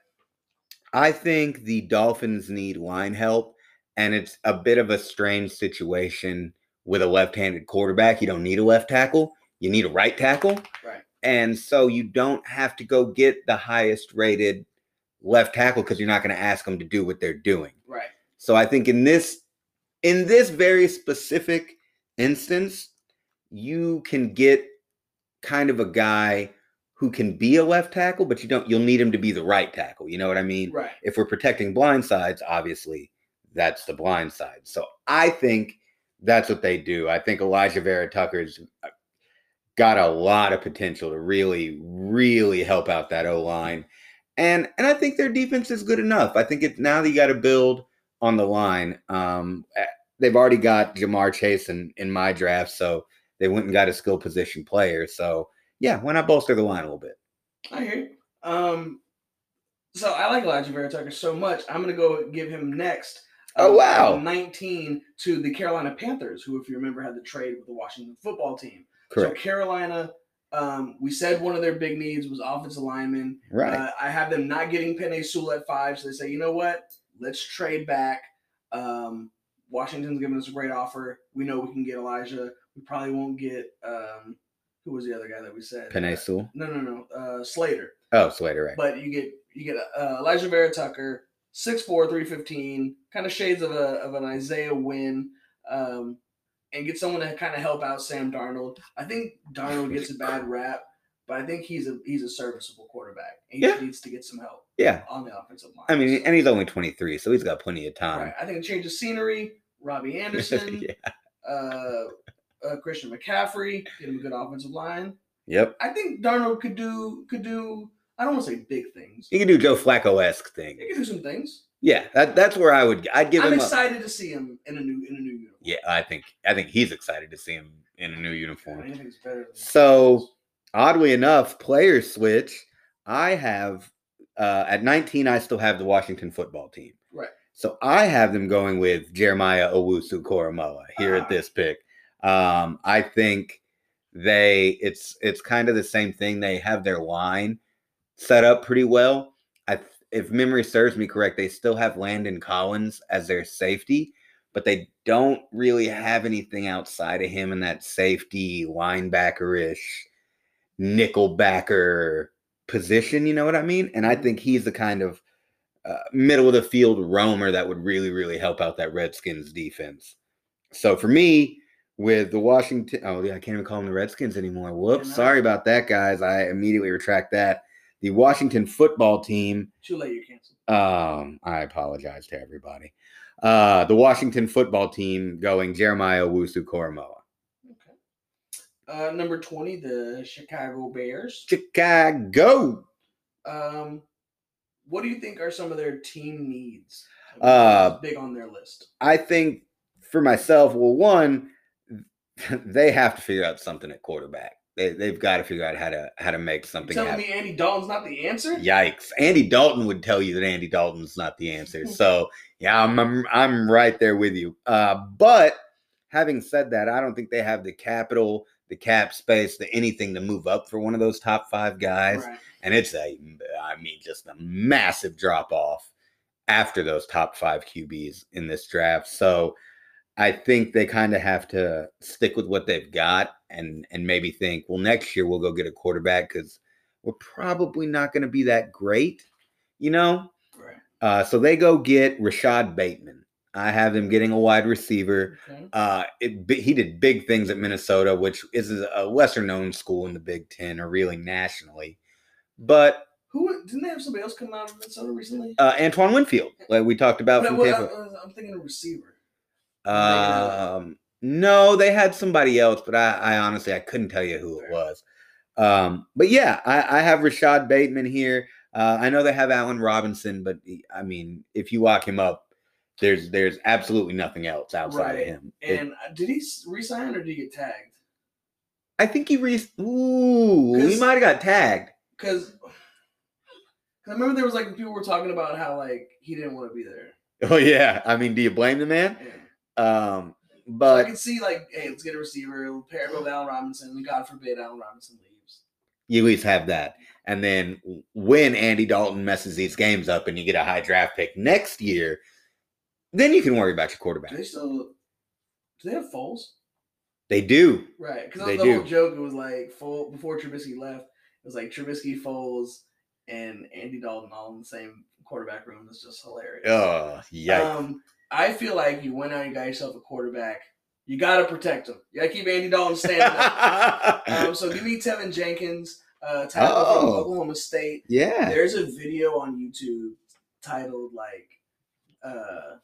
I think the Dolphins need line help, and it's a bit of a strange situation with a left-handed quarterback. You don't need a left tackle; you need a right tackle,
Right.
and so you don't have to go get the highest-rated left tackle because you're not going to ask them to do what they're doing.
Right.
So I think in this in this very specific instance, you can get kind of a guy who can be a left tackle, but you don't you'll need him to be the right tackle. You know what I mean?
Right.
If we're protecting blind sides, obviously that's the blind side. So I think that's what they do. I think Elijah Vera Tucker's uh, got a lot of potential to really, really help out that O line. And and I think their defense is good enough. I think it now that you got to build on the line. Um, eh, they've already got Jamar Chase in, in my draft, so they went and got a skill position player. So yeah, why not bolster the line a little bit?
I hear you. Um, so I like Elijah Vera Tucker so much. I'm going to go give him next.
Oh,
uh,
wow.
19 to the Carolina Panthers, who, if you remember, had the trade with the Washington football team.
Correct.
So Carolina, um, we said one of their big needs was offensive linemen.
right.
Uh, I have them not getting Penny Sewell at five, so they say, you know what? Let's trade back. Um, Washington's giving us a great offer. We know we can get Elijah. We probably won't get um, who was the other guy that we said?
Penei Sewell.
No, no, no. Uh, Slater.
Oh, Slater, right.
But you get you get uh, Elijah Vera Tucker, 6'4", 315, kind of shades of a of an Isaiah Wynn, um, and get someone to kind of help out Sam Darnold. I think Darnold gets a bad rap, but I think he's a he's a serviceable quarterback, and he
Yeah.
needs to get some help
yeah.
on the offensive line.
I mean,
So,
and he's only 23, so he's got plenty of time.
right. I think a change of scenery. Robbie Anderson,
[LAUGHS] yeah.
uh, uh, Christian McCaffrey, get him a good offensive line.
Yep.
I think Darnold could do could do. I don't want to say big things.
He can do Joe Flacco esque thing.
He could do some things.
Yeah, that, that's where I would I'd give
I'm
him. A,
excited to see him in a new in a new uniform.
yeah, I think I think he's excited to see him in a new uniform.
Anything's better. Than
So oddly enough, player switch. I have uh, at 19. I still have the Washington football team.
Right.
So I have them going with Jeremiah Owusu Koromoa here
Ah.
at this pick. Um, I think they it's it's kind of the same thing. They have their line set up pretty well. I th- if memory serves me correct, they still have Landon Collins as their safety, but they don't really have anything outside of him in that safety linebacker ish nickel backer position. You know what I mean? And I think he's the kind of uh, middle of the field roamer that would really, really help out that Redskins defense. So for me, with the Washington, oh yeah, I can't even call them the Redskins anymore. Whoops,
know.
sorry about that, guys. I immediately retract that. The Washington football team.
too late. You canceled.
Um, I apologize to everybody. Uh, the Washington football team going Jeremiah Owusu Koromoa.
Uh, number 20, the Chicago Bears.
Chicago.
Um, what do you think are some of their team needs?
Uh,
big on their list.
I think for myself, well, one, [LAUGHS] they have to figure out something at quarterback. They, they've got to figure out how to how to make
You
something
telling
happen.
me Andy Dalton's not the answer?
Yikes! Andy Dalton would tell you that Andy Dalton's not the answer. So yeah, I'm I'm, I'm right there with you. Uh, but having said that, I don't think they have the capital, the cap space, the anything to move up for one of those top five guys.
Right.
and it's a i mean just a massive drop off after those top five qb's in this draft so i think they kind of have to stick with what they've got and and maybe think well next year we'll go get a quarterback because we're probably not going to be that great you know
Right.
uh, so they go get rashad bateman i have them getting a wide receiver
Okay.
uh, it, bi- he did big things at Minnesota, which is a lesser known school in the Big Ten or really nationally. But
Who didn't they have somebody else come out of Minnesota recently?
uh, Antoine Winfield, like we talked about
No,
from
well,
Tampa.
I, am thinking a receiver. I-
Um, no, they had somebody else, but I, I honestly I couldn't tell you who it
Fair.
was. Um, but yeah, I, I have Rashad Bateman here. Uh, I know they have Allen Robinson, but he- I mean, if you lock him up, there's there's absolutely nothing else outside
Right.
of him. It-
And uh, did he s- resign or did he get tagged?
I think he re. Ooh, he
'Cause-
might have got tagged. [LAUGHS]
Because I remember there was like people were talking about how like he didn't want to be there.
Oh yeah, I mean, do you blame the man?
Yeah.
Um,
I
but
can see like, hey, let's get a receiver, we'll pair him with Allen Robinson, and God forbid Allen Robinson leaves.
you at least have that. And then when Andy Dalton messes these games up and you get a high draft pick next year, then you can worry about your
Do they
quarterback.
still do they have Foles?
They do.
Right, because
They
the whole
do.
joke it was like Foles before Trubisky left. It was like Trubisky, Foles, and Andy Dalton all in the same quarterback room. It's just hilarious.
Oh, yikes.
Um, I feel like you went out and got yourself a quarterback. You got to protect him. You got to keep Andy Dalton standing.
[LAUGHS]
um, so give me Tevin Jenkins, uh, tackle from
Oh.
Oklahoma State.
yeah.
There's a video on YouTube titled like, uh,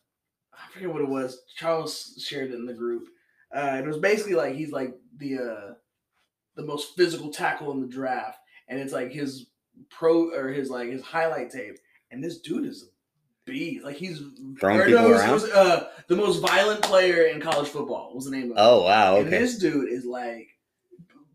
I forget what it was. Charles shared it in the group. Uh, it was basically like he's like the uh, the most physical tackle in the draft, and it's like his pro or his like his highlight tape, and this dude is a beast. Like he's
Throwing
or
people
it was-
around?
it was, uh, the most violent player in college football was the name of it.
Oh, wow.
And
Okay.
this dude is like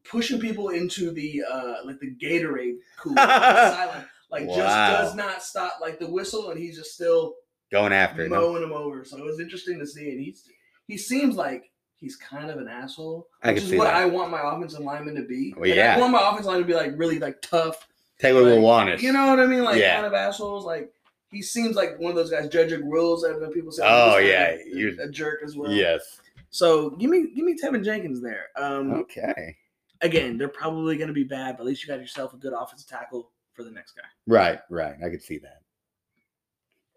pushing people into the uh like the
[LAUGHS]
Gatorade cooler. silent. Like just
Wow.
does not stop like the whistle and he's just still
Going after it. huh?
mowing them over. So it was interesting to see and he's he seems like he's kind of an asshole.
I
Which
can
is
see
what I
that.
want my offensive lineman to be.
Well,
Like,
yeah.
I want my offensive line to be like really like tough.
Taylor
like,
will want it.
You know what I mean? Like
Yeah.
kind of assholes. Like he seems like one of those guys, Judge Rules. I've heard people say.
Oh,
he's
yeah,
kinda
you're-
a jerk as well.
Yes.
So give me give me Tevin Jenkins there.
Oh.
Um,
Okay.
again, they're probably going to be bad, but at least you got yourself a good offensive tackle for the next guy.
Right, right. I could see that.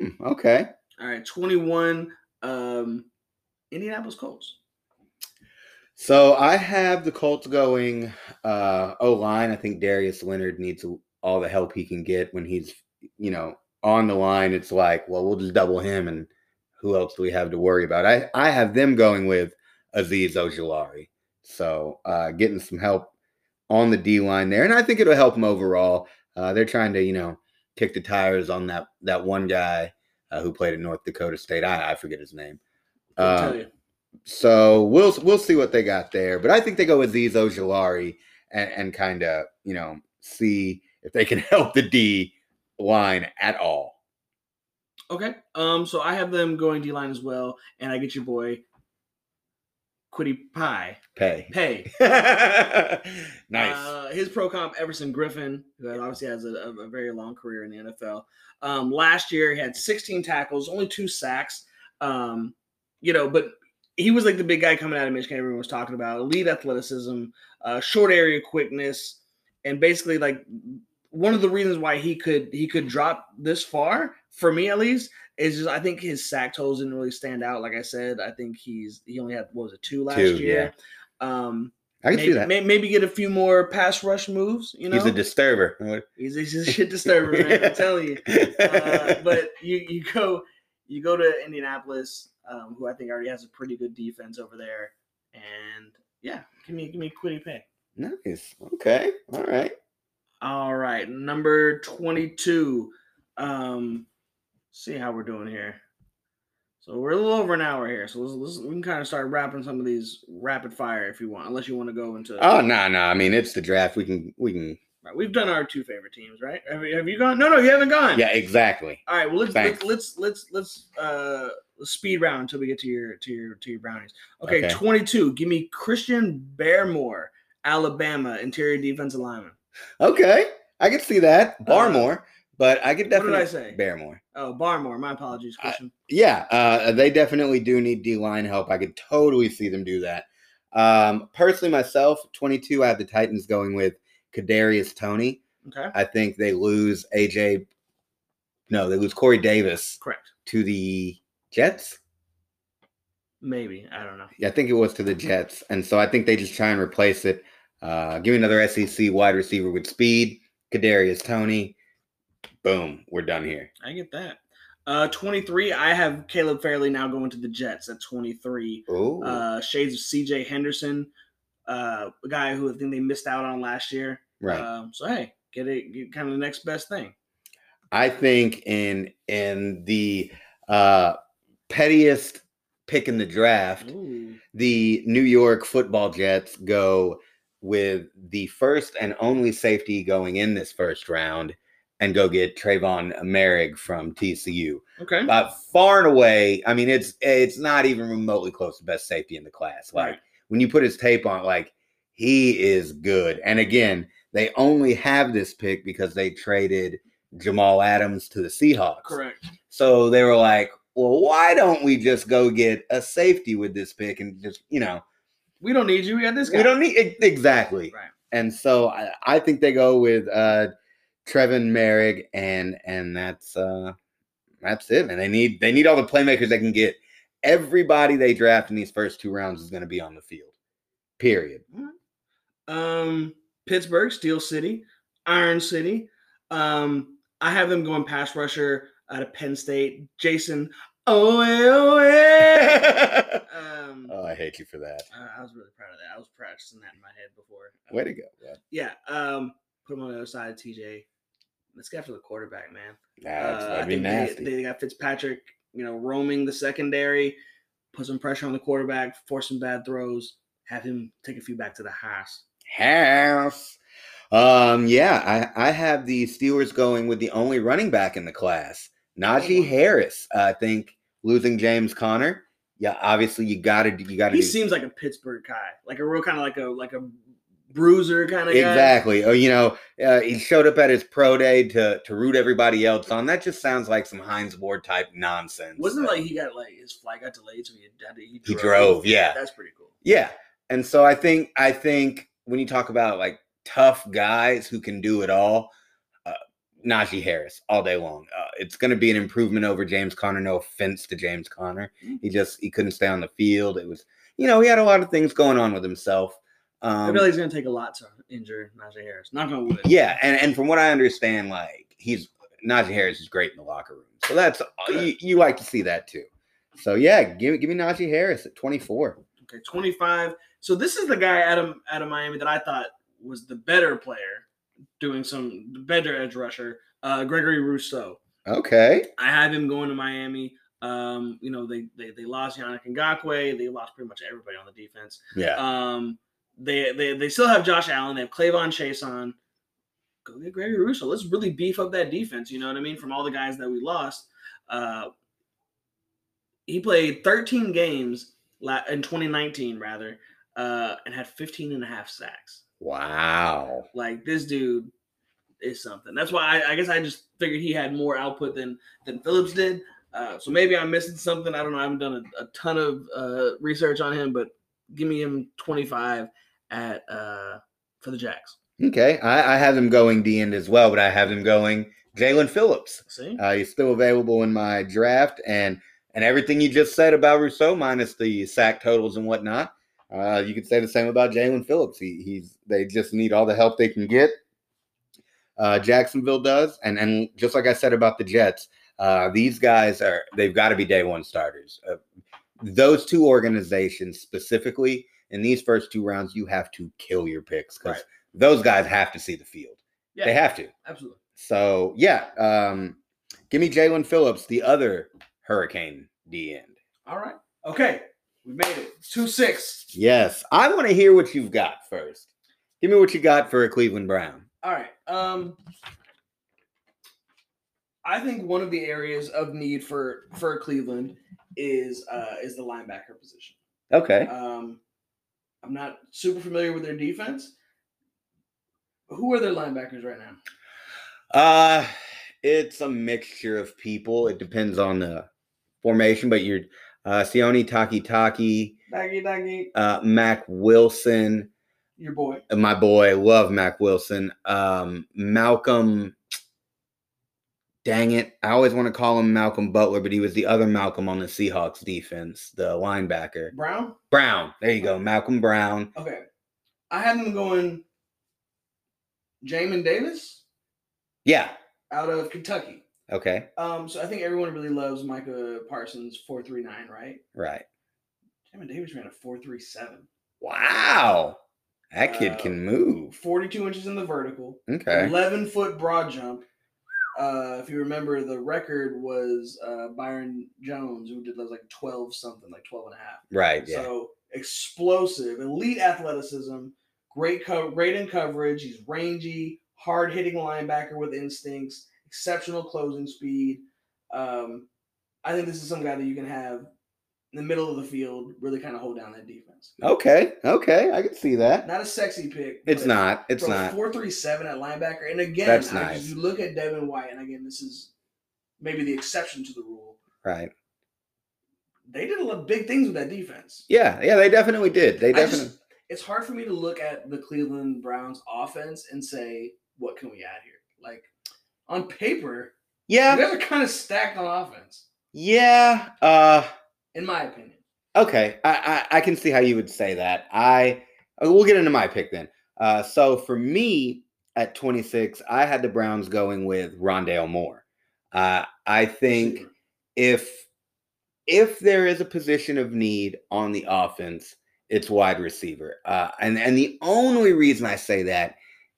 Hmm, Okay.
All right, 21, um, Indianapolis Colts.
So I have the Colts going uh O line. I think Darius Leonard needs all the help he can get when he's, you know, on the line. It's like, well, we'll just double him and who else do we have to worry about? I, I have them going with Aziz Ojolari. So uh getting some help on the D line there. And I think it'll help him overall. Uh they're trying to, you know, kick the tires on that that one guy uh, who played at North Dakota State. I, I forget his name.
I'll
Uh,
tell you.
so we'll we'll see what they got there, but I think they go with these Ojolari and, and kind of you know see if they can [LAUGHS] help the D line at all.
Okay. Um, so I have them going D line as well, and I get your boy Quiddy Pie.
Pay. [LAUGHS]
Pay.
nice.
Uh, his pro comp, Everson Griffin, who had- obviously has a, a- a very long career in the NFL. Um, last year, he had 16 tackles, only two sacks. Um, you know, but he was like the big guy coming out of Michigan. Everyone was talking about elite athleticism, uh, short area quickness, and basically like one of the reasons why he could he could drop this far for me at least is just I think his sack totals didn't really stand out. Like I said, I think he's he only had what was it two last
Two,
year. Um,
I can
maybe,
see that.
may- maybe get a few more pass rush moves. You know,
He's a disturber. [LAUGHS] [LAUGHS]
he's, he's a shit disturber, man. I'm telling Uh, you. Uh, but you you go You go to Indianapolis, um, who I think already has a pretty good defense over there, and yeah, give me give me Quiddy Pay.
Nice. Okay. All right.
All right, number twenty-two. Um, see how we're doing here. So we're a little over an hour here, so let's, let's, we can kind of start wrapping some of these rapid fire if you want, unless you want to go into.
Oh no, no. I mean, it's the draft. We can we can.
Right, we've done our two favorite teams, right? Have you, have you gone? No, no, you haven't gone.
Yeah, exactly.
All right. Well, let's
Thanks.
let's let's let's let's uh let's speed round until we get to your to your to your brownies. Okay,
Okay.
twenty-two. Give me Christian Baremore, Alabama interior defensive lineman.
Okay, I can see that Barmore, but I could
Uh, what did
definitely
I say?
Barmore.
Oh, Barmore. My apologies,
I-
Christian.
Yeah, uh, they definitely do need D line help. I could totally see them do that. Um, personally, myself, 22, I have the Titans going with Kadarius Tony.
okay,
I think they lose AJ. No, they lose Corey Davis
correct.
to the Jets.
Maybe I don't know.
Yeah, I think it was to the Jets, and so I think they just try and replace it. Uh, give me another SEC wide receiver with speed. Kadarius Tony. Boom, we're done here.
I get that. Uh, twenty-three. I have Caleb Fairley now going to the Jets at twenty-three.
Oh,
uh, shades of CJ Henderson, uh, a guy who I think they missed out on last year.
right.
Um, so hey, get it, get kind of the next best thing.
I think in in the uh, pettiest pick in the draft,
Ooh,
the New York Football Jets go with the first and only safety going in this first round, and go get Trayvon Merrick from TCU.
okay,
Uh, far and away, I mean, it's it's not even remotely close to best safety in the class. Like
Right.
when you put his tape on, like he is good. And again, they only have this pick because they traded Jamal Adams to the Seahawks.
correct.
So they were like, well, why don't we just go get a safety with this pick and just you know
We don't need you. We got this guy.
we don't need e- exactly.
Right.
And so I, I think they go with uh Trevin Merrick and and that's uh that's it, man. They need they need all the playmakers they can get. Everybody they draft in these first two rounds is gonna be on the field. Period.
Um, Pittsburgh, Steel City, Iron City. Um, I have them going pass rusher out of Penn State, Jason. Oh, [LAUGHS]
[LAUGHS]
um,
oh, I hate you for that.
I- I was really proud of that. I was practicing that in my head before.
Way to go, bro.
Yeah. Um, put him on the other side of TJ. Let's get after the quarterback, man.
That's
Uh, I
that'd be
think they-
nasty.
They, got Fitzpatrick, you know, roaming the secondary, put some pressure on the quarterback, force some bad throws, have him take a few back to the house.
House. Um, yeah, I, I have the Steelers going with the only running back in the class,
Oh,
Najee
wow.
Harris. I think losing James Conner. Yeah, obviously you gotta you gotta
He
do
seems like a Pittsburgh guy, like a real kind of like a like a bruiser kind of guy.
exactly. Oh, you know, uh, he showed up at his pro day to to root everybody else on. That just sounds like some Heinz Ward type nonsense.
Wasn't it
but-
like he got like his flight got delayed, so he had to, he
He drove, yeah.
that's pretty cool.
Yeah. And so I think I think when you talk about like tough guys who can do it all, uh, Najee Harris all day long. Uh, it's going to be an improvement over James Conner. No offense to James Conner, he just he couldn't stay on the field. It was you know he had a lot of things going on with himself.
I
Um,
feel like he's gonna take a lot to injure Najee Harris. Not gonna wood.
yeah, and and from what I understand, like he's Najee Harris is great in the locker room, so that's uh, you, you like to see that too. So yeah, give give me Najee Harris at twenty four.
Okay, 25. So this is the guy out of out of Miami that I thought was the better player, doing some the better edge rusher, uh, Gregory Rousseau.
Okay,
I have him going to Miami. Um, you know, they they, they lost Yannick Ngakwe. They lost pretty much everybody on the defense.
yeah.
Um, they, they they still have Josh Allen. They have Clavon Chase on. Go get Gregory Russo. Let's really beef up that defense. You know what I mean? From all the guys that we lost, uh, he played 13 games la- in 2019 rather, uh, and had 15 and a half sacks.
Wow.
Like this dude is something. That's why I, I guess I just figured he had more output than than Phillips did. Uh, so maybe I'm missing something. I don't know. I haven't done a, a ton of uh, research on him, but give me him 25 at uh, for the Jacks.
Okay, I, I have him going D end as well, but I have him going Jalen Phillips.
See,
Uh, he's still available in my draft, and and everything you just said about Rousseau, minus the sack totals and whatnot, uh, you could say the same about Jalen Phillips. He, he's they just need all the help they can get. Uh, Jacksonville does, and and just like I said about the Jets, Uh, these guys are they've got to be day one starters. Uh, those two organizations specifically in these first two rounds, you have to kill your picks because
Right.
those guys have to see the field.
Yeah,
They have to.
absolutely.
So yeah, um, give me Jalen Phillips, the other Hurricane D end.
All right. Okay. We made it. Two six.
Yes, I want to hear what you've got first. Give me what you got for a Cleveland Brown.
All right. Um, I think one of the areas of need for for Cleveland is uh, is the linebacker position.
Okay.
Um, I'm not super familiar with their defense. Who are their linebackers right now?
Uh it's a mixture of people. It depends on the formation, but you're uh Sione Takitaki,
Doggy, doggy,
uh Mac Wilson,
your boy.
uh, my boy, love Mac Wilson. Um Malcolm Dang it. I always want to call him Malcolm Butler, but he was the other Malcolm on the Seahawks defense, the linebacker.
Brown.
Brown. There you go. Malcolm Brown.
Okay. I had them going. Jamin Davis
Yeah.
out of Kentucky.
Okay.
Um, so I think everyone really loves Micah Parsons four three nine, right?
Right.
Jamin Davis ran a four three seven.
Wow. That kid
Uh,
can move.
42 inches in the vertical,
Okay.
11 foot broad jump. Uh, if you remember, the record was uh, Byron Jones, who did those like 12 something, like 12 and a half.
Right. Yeah.
So explosive, elite athleticism, great, co- great in coverage. He's rangy, hard hitting linebacker with instincts, exceptional closing speed. Um, I think this is some guy that you can have in the middle of the field, really kind of hold down that defense.
Okay, okay, I can see that.
Not a sexy pick.
Oh. It's
but-
not. It's
from
not.
four three seven at linebacker. And again,
That's
I mean,
nice.
you look at Devin White, and again, this is maybe the exception to the rule.
Right.
They did a lot of big things with that defense.
Yeah, yeah, they definitely did. They
I
definitely
just, it's hard for me to look at the Cleveland Browns offense and say, what can we add here? Like on paper, you
Yeah.
guys are kind of stacked on offense,
Yeah. Uh
in my opinion.
okay. I, I I can see how you would say that. I uh, we'll get into my pick then. Uh so for me at 26, I had the Browns going with Rondale Moore. Uh I think
Receiver.
if if there is a position of need on the offense, it's wide receiver. Uh, and and the only reason I say that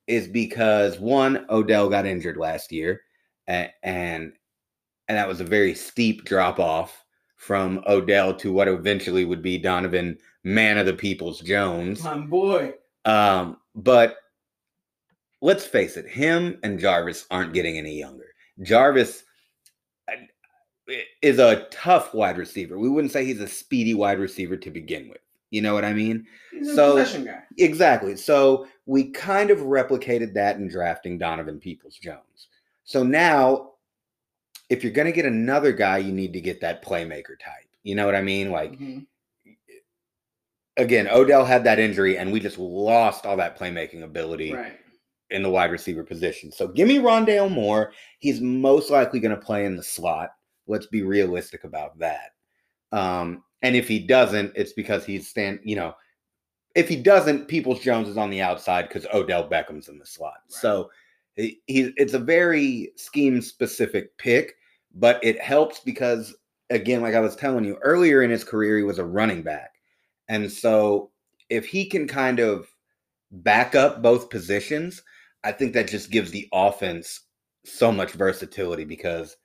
is because one, Odell got injured last year, and and, and that was a very steep drop off from Odell to what eventually would be Donovan Man of the People's Jones.
my boy.
Um, but let's face it, him and Jarvis aren't getting any younger. Jarvis uh, i- is a tough wide receiver. We wouldn't say he's a speedy wide receiver to begin with. You know what I mean?
He's a
So-
possession guy.
Exactly. So we kind of replicated that in drafting Donovan Peoples Jones. So now, if you're going to get another guy, you need to get that playmaker type. You know what I mean? Like,
Mhm.
again, Odell had that injury, and we just lost all that playmaking ability
Right.
in the wide receiver position. So give me Rondale Moore. He's most likely going to play in the slot. Let's be realistic about that. Um, and if he doesn't, it's because he's stand. You know, if he doesn't, Peoples Jones is on the outside because Odell Beckham's in the slot.
Right.
So he, he, it's a very scheme specific pick, but it helps because again, like I was telling you earlier in his career, he was a running back, and so if he can kind of back up both positions, I think that just gives the offense so much versatility because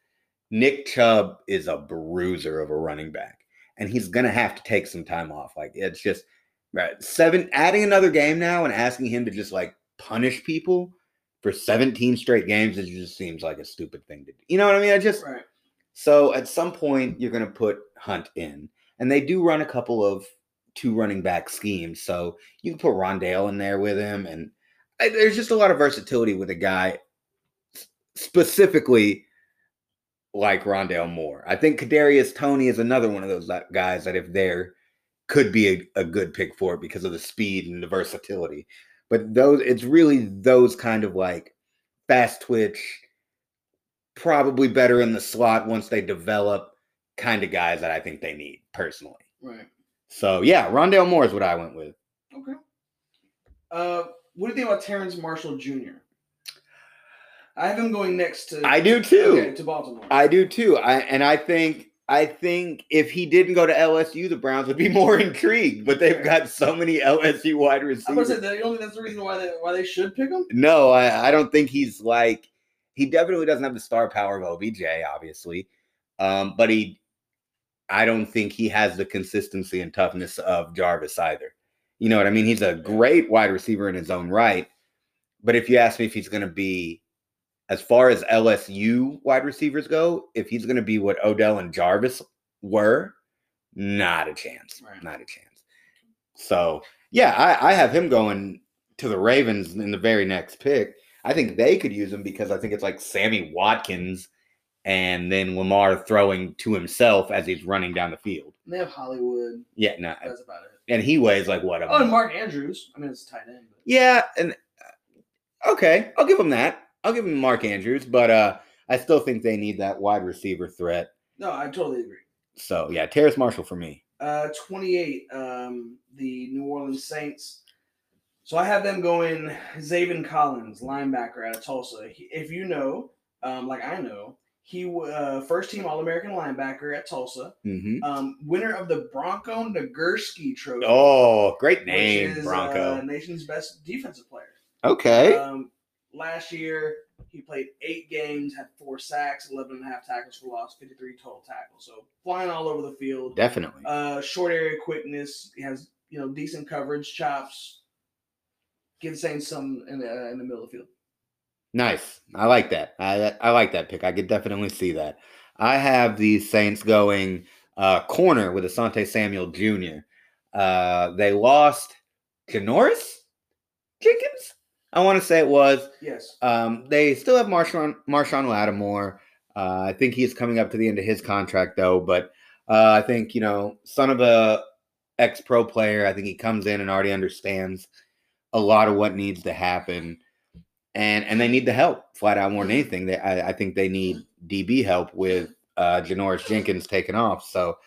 Nick Chubb is a bruiser of a running back, and he's gonna have to take some time off. Like it's just right seven adding another game now and asking him to just like punish people for 17 straight games it just seems like a stupid thing to do. You know what I mean? I just
Right.
so at some point, you're going to put Hunt in, and they do run a couple of two running back schemes. So you can put Rondale in there with him, and I- there's just a lot of versatility with a guy s- specifically like Rondale Moore. I think Kadarius Tony is another one of those li- guys that if there could be a, a good pick for it because of the speed and the versatility. But those, it's really those kind of like fast twitch probably better in the slot once they develop kind of guys that I think they need personally.
Right.
So yeah, Rondale Moore is what I went with.
Okay. Uh, what do you think about Terrence Marshall Jr.? I have him going next to.
I do too.
Okay, to Baltimore.
I do too. I and I think I think if he didn't go to LSU, the Browns would be [LAUGHS] more intrigued. But they've got so many LSU wide
I'm gonna say
receivers.
that you don't think that's the reason why they why they should pick him.
No, I, I don't think he's like he definitely doesn't have the star power of OBJ, obviously. Um, but he I don't think he has the consistency and toughness of Jarvis either. You know what I mean? He's a great wide receiver in his own right. But if you ask me if he's gonna be as far as LSU wide receivers go, if he's gonna be what Odell and Jarvis were, not a chance.
Right.
Not a chance. So yeah, I, I have him going to the Ravens in the very next pick. I think they could use him because I think it's like Sammy Watkins and then Lamar throwing to himself as he's running down the field.
And they have Hollywood.
Yeah, no.
That's about it.
And he weighs like what? a-
Oh, and Mark Andrews. I mean, it's a tight end. But
yeah, and uh, okay, I'll give him that. I'll give him Mark Andrews, but uh I still think they need that wide receiver threat.
no, I totally agree.
So yeah, Terrace Marshall for me.
Uh, 28, um, the New Orleans Saints. So I have them going Zaven Collins, linebacker out of Tulsa. He- if you know, um, like I know, he w- uh, first team All American linebacker at Tulsa,
hmm
um, winner of the Bronco Nagurski Trophy.
Oh, great
which
name,
is,
Bronco.
Uh, nation's best defensive player.
okay.
Um, last year, he played eight games, had four sacks, 11 and a half tackles for loss, 53 total tackles. So flying all over the field.
Definitely.
Uh, short area quickness. He has you know decent coverage, chops. Give Saints some in the uh, in the middle of the field.
Nice. I like that. I that- I like that pick. I could definitely see that. I have the Saints going uh, corner with Asante Samuel Jr. Uh, they lost Janoris Jenkins. I want to say it was.
Yes.
Um, they still have Marshawn Marshawn Lattimore. Uh, I think he's coming up to the end of his contract though, but uh, I think you know, son of a ex pro player. I think he comes in and already understands a lot of what needs to happen, and and they need the help flat out more than anything. They I, I think they need DB help with uh, Janoris Jenkins taking off. So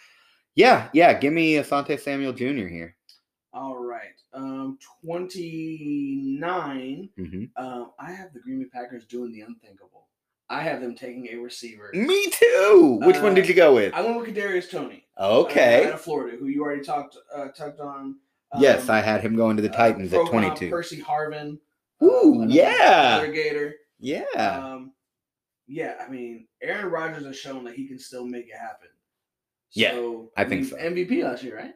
yeah, yeah, give me Asante Samuel Jr. here.
All right. Um, twenty nine.
hmm
Um, I have the Green Bay Packers doing the unthinkable. I have them taking a receiver.
Me too. Which one
Uh,
did you go with?
I went with Kadarius Tony. uh,
Okay.
out of Florida, who you already talked uh, talked on.
yes,
Um,
I had him going to the
uh,
Titans
pro
at
comp
22.
Percy Harvin. uh,
Ooh,
another-
yeah.
another Gator.
yeah.
Um, yeah, I mean, Aaron Rodgers has shown that he can still make it happen.
Yeah,
So,
I think
he's
so.
MVP last year, right?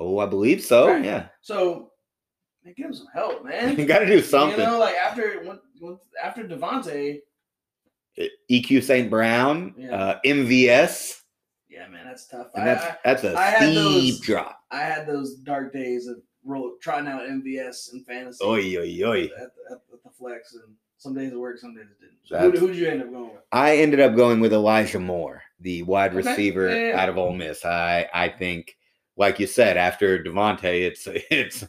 oh, I believe so.
Right.
Yeah. [LAUGHS]
So, man, give him some help, man.
you got to do something.
You know, like after once- once- after Devontae,
E, EQ St. Brown,
Yeah.
uh, MVS.
yeah, man, that's tough.
And
I,
that's
I,
that's a
I had
steep
those-
drop.
I had those dark days of roll, trying out MVS and fantasy
Oi, oi, oi.
At, the- at, at the flex, and some days it worked, some days it didn't. Who,
That's-
who'd you end up going with?
I ended up going with Elijah Moore, the wide
Okay,
receiver
yeah, yeah.
out of Ole Miss. I I think, like you said, after Devontae, it's [LAUGHS] it's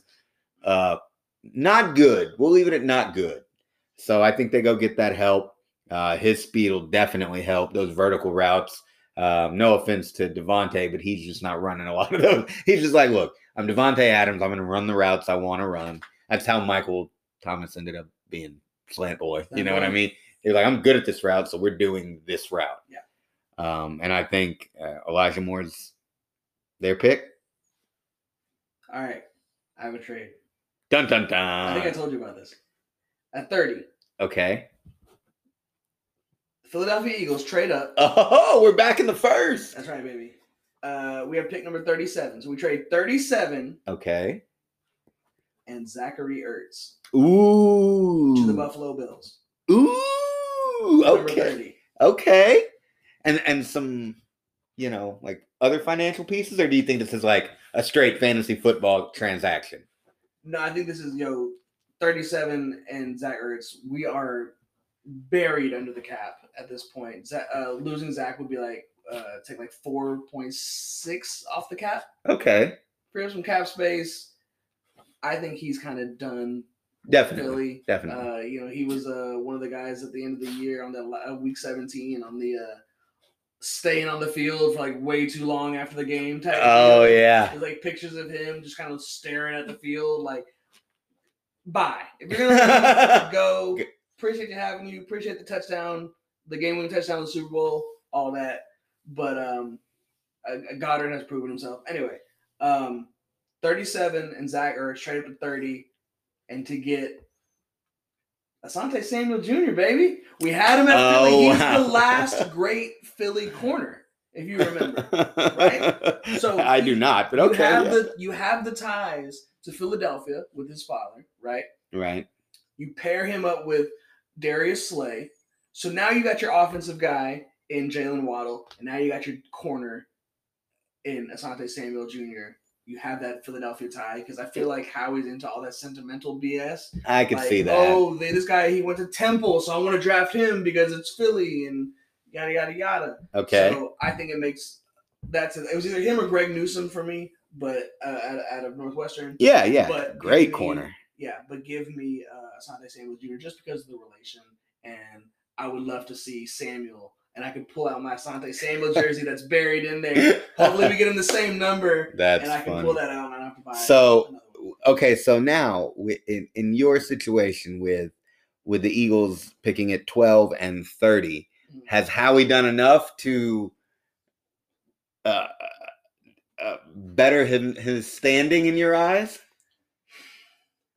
uh not good. We'll leave it at not good. So I think they go get that help. Uh, his speed will definitely help those vertical routes. Um, no offense to Devontae, but he's just not running a lot of those. [LAUGHS] He's just like, look, I'm Devontae Adams. I'm going to run the routes I want to run. That's how Michael Thomas ended up being slant boy. You know what I
Mhm.
mean? He's like, I'm good at this route, so we're doing this route.
Yeah.
Um, and I think uh, Elijah Moore's their pick.
All right, I have a trade.
Dun dun
I think I
dun.
told you about this. At 30,
Okay.
Philadelphia Eagles trade up.
Oh, we're back in the first.
That's right, baby. Uh, we have pick number 37. So we trade 37
Okay.
and Zachary Ertz
Ooh.
to the Buffalo Bills.
Ooh.
Number
Okay. Okay. And and some, you know, like other financial pieces, or do you think this is like a straight fantasy football transaction?
No, I think this is, yo, 37 and Zach Ertz. We are buried under the cap at this point. Za uh, losing Zach would be like, uh, take like 4.6 off the cap,
Okay.
free up some cap space. I think he's kind of done. with
Definitely.
Philly.
Definitely.
Uh, you know, he was uh, one of the guys at the end of the year on that la- uh, week 17 on the uh, staying on the field for like way too long after the game. Type of
oh
deal.
yeah.
There's like pictures of him just kind of
[LAUGHS]
staring at the field, like, bye. If you're gonna leave, go,
G-
Appreciate you having you. Appreciate the touchdown, the game winning touchdown, the Super Bowl, all that. But um, uh, Goddard has proven himself. Anyway, um, 37 and Zach Ertz straight up to 30, and to get Asante Samuel Jr. Baby, we had him at
Oh,
Philly. He's
wow.
the
[LAUGHS]
last great Philly corner, if you remember.
right?
So
[LAUGHS] I do not, but
you
okay.
have
yeah.
the you have the ties to Philadelphia with his father, right?
right.
You pair him up with Darius Slay. So now you got your offensive guy in Jalen Waddle, and now you got your corner in Asante Samuel Jr. You have that Philadelphia tie because I feel like Howie's into all that sentimental BS.
I could
like,
see that.
Oh, they, this guy he went to Temple, so I want to draft him because it's Philly and yada yada yada.
okay.
So I think it makes that's it. It was either him or Greg Newsom for me, but uh, out, out of Northwestern.
yeah, yeah.
but
Great
give me-
corner.
Yeah, but give me uh, Asante Samuel Jr. just because of the relation, and I would love to see Samuel, and I could pull out my Asante
[LAUGHS]
Samuel jersey that's buried in there. Hopefully, we get him the same number,
That's
and I can
funny.
pull that out, and I don't have to buy.
So-
another one.
okay so now wi- in, in your situation with with the eagles picking at 12 and 30
Mhm.
has howie done enough to uh, uh better him his standing in your eyes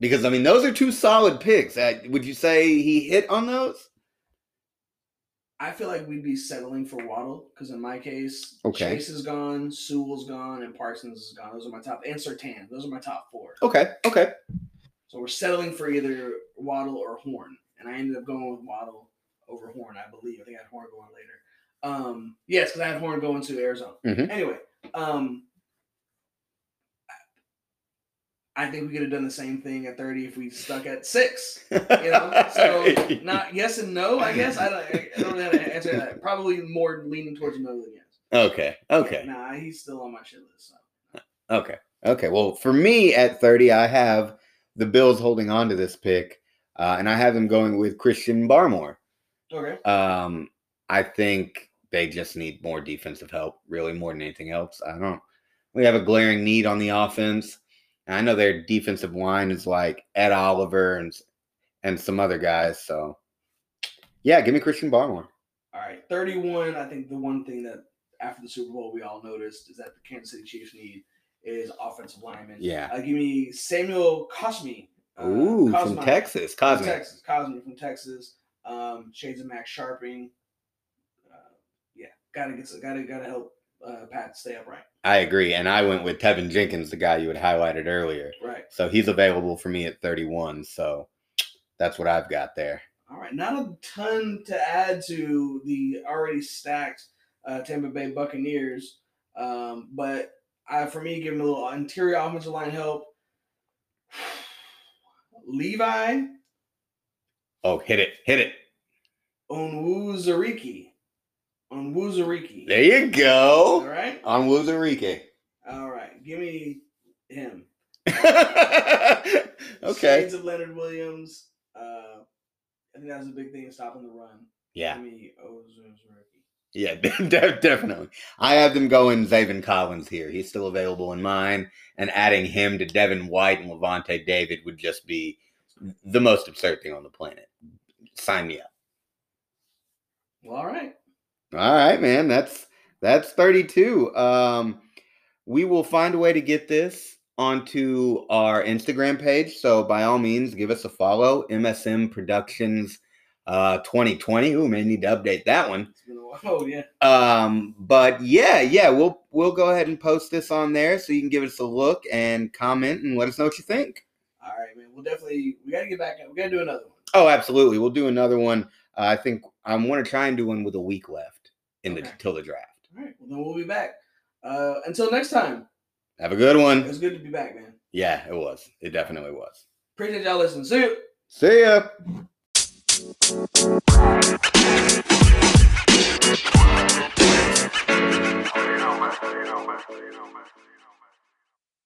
because i mean those are two solid picks uh, would you say he hit on those
I feel like we'd be settling for Waddle because in my case,
Okay.
Chase is gone, Sewell's gone, and Parsons is gone. Those are my top, and Sertan. Those are my top four.
okay okay
So we're settling for either Waddle or Horn, and I ended up going with Waddle over Horn, I believe. I think I had Horn going later. Um, yes, because I had Horn going to Arizona.
Mhm.
Anyway, um, I think we could have done the same thing at thirty if we stuck at six. You know,
[LAUGHS]
so not yes and no. I guess I don't. I don't know how to answer that. Probably more leaning towards no than yes.
okay okay
Nah, he's still on my shit list. So.
Okay. Okay. Well, for me at 30, I have the Bills holding on to this pick, uh, and I have them going with Christian Barmore.
Okay.
Um, I think they just need more defensive help, really, more than anything else. I don't. We have a glaring need on the offense. And I know their defensive line is like Ed Oliver and and some other guys. So, yeah, give me Christian Barmore.
All right, 31. I think the one thing that after the Super Bowl we all noticed is that the Kansas City Chiefs need is offensive linemen.
Yeah.
Uh, give me Samuel Cosme. uh,
Ooh, from
Cosmi.
Texas,
From
Cosme.
Texas. Cosme from Texas. Um, Shades of Max Sharping. Uh, yeah, gotta get, gotta, gotta help uh, Pat stay upright.
I agree, and I went with Tevin Jenkins, the guy you had highlighted earlier.
Right.
So he's available for me at 31. So that's what I've got there.
All right, not a ton to add to the already stacked uh, Tampa Bay Buccaneers, um, but I, for me, give him a little interior offensive line help. [SIGHS] Levi
Oh, hit it. Hit it.
Onwuzuriki. Onwuzuriki.
There you
All
go.
right,
On Luzarique.
all right. Give me him.
[LAUGHS] okay.
Shades of Leonard Williams. Uh, I think that was a big thing in stopping the run.
Yeah.
Give me Onwuzuriki.
Yeah, [LAUGHS] de- de- definitely. I have them going Zayvon Collins here. He's still available in mine. And adding him to Devin White and Levante David would just be the most absurd thing on the planet. Sign me up.
Well, all right.
All right, man. That's that's 32. Um, we will find a way to get this onto our Instagram page. So by all means, give us a follow. MSM Productions uh 2020. Ooh, may need to update that one.
It's been a while. [LAUGHS] Oh yeah.
Um, but yeah, yeah, we'll we'll go ahead and post this on there so you can give us a look and comment and let us know what you think.
All right, man. We'll definitely we gotta get back. We gotta do another one.
Oh, absolutely. We'll do another one. Uh, I think I want to try and do one with a week left in the
Okay.
till the draft.
All right. Well, then we'll be back. Uh, until next time.
Have a good one.
It's good to be back, man.
Yeah, it was. It definitely was.
Appreciate y'all listening. See you.
See ya.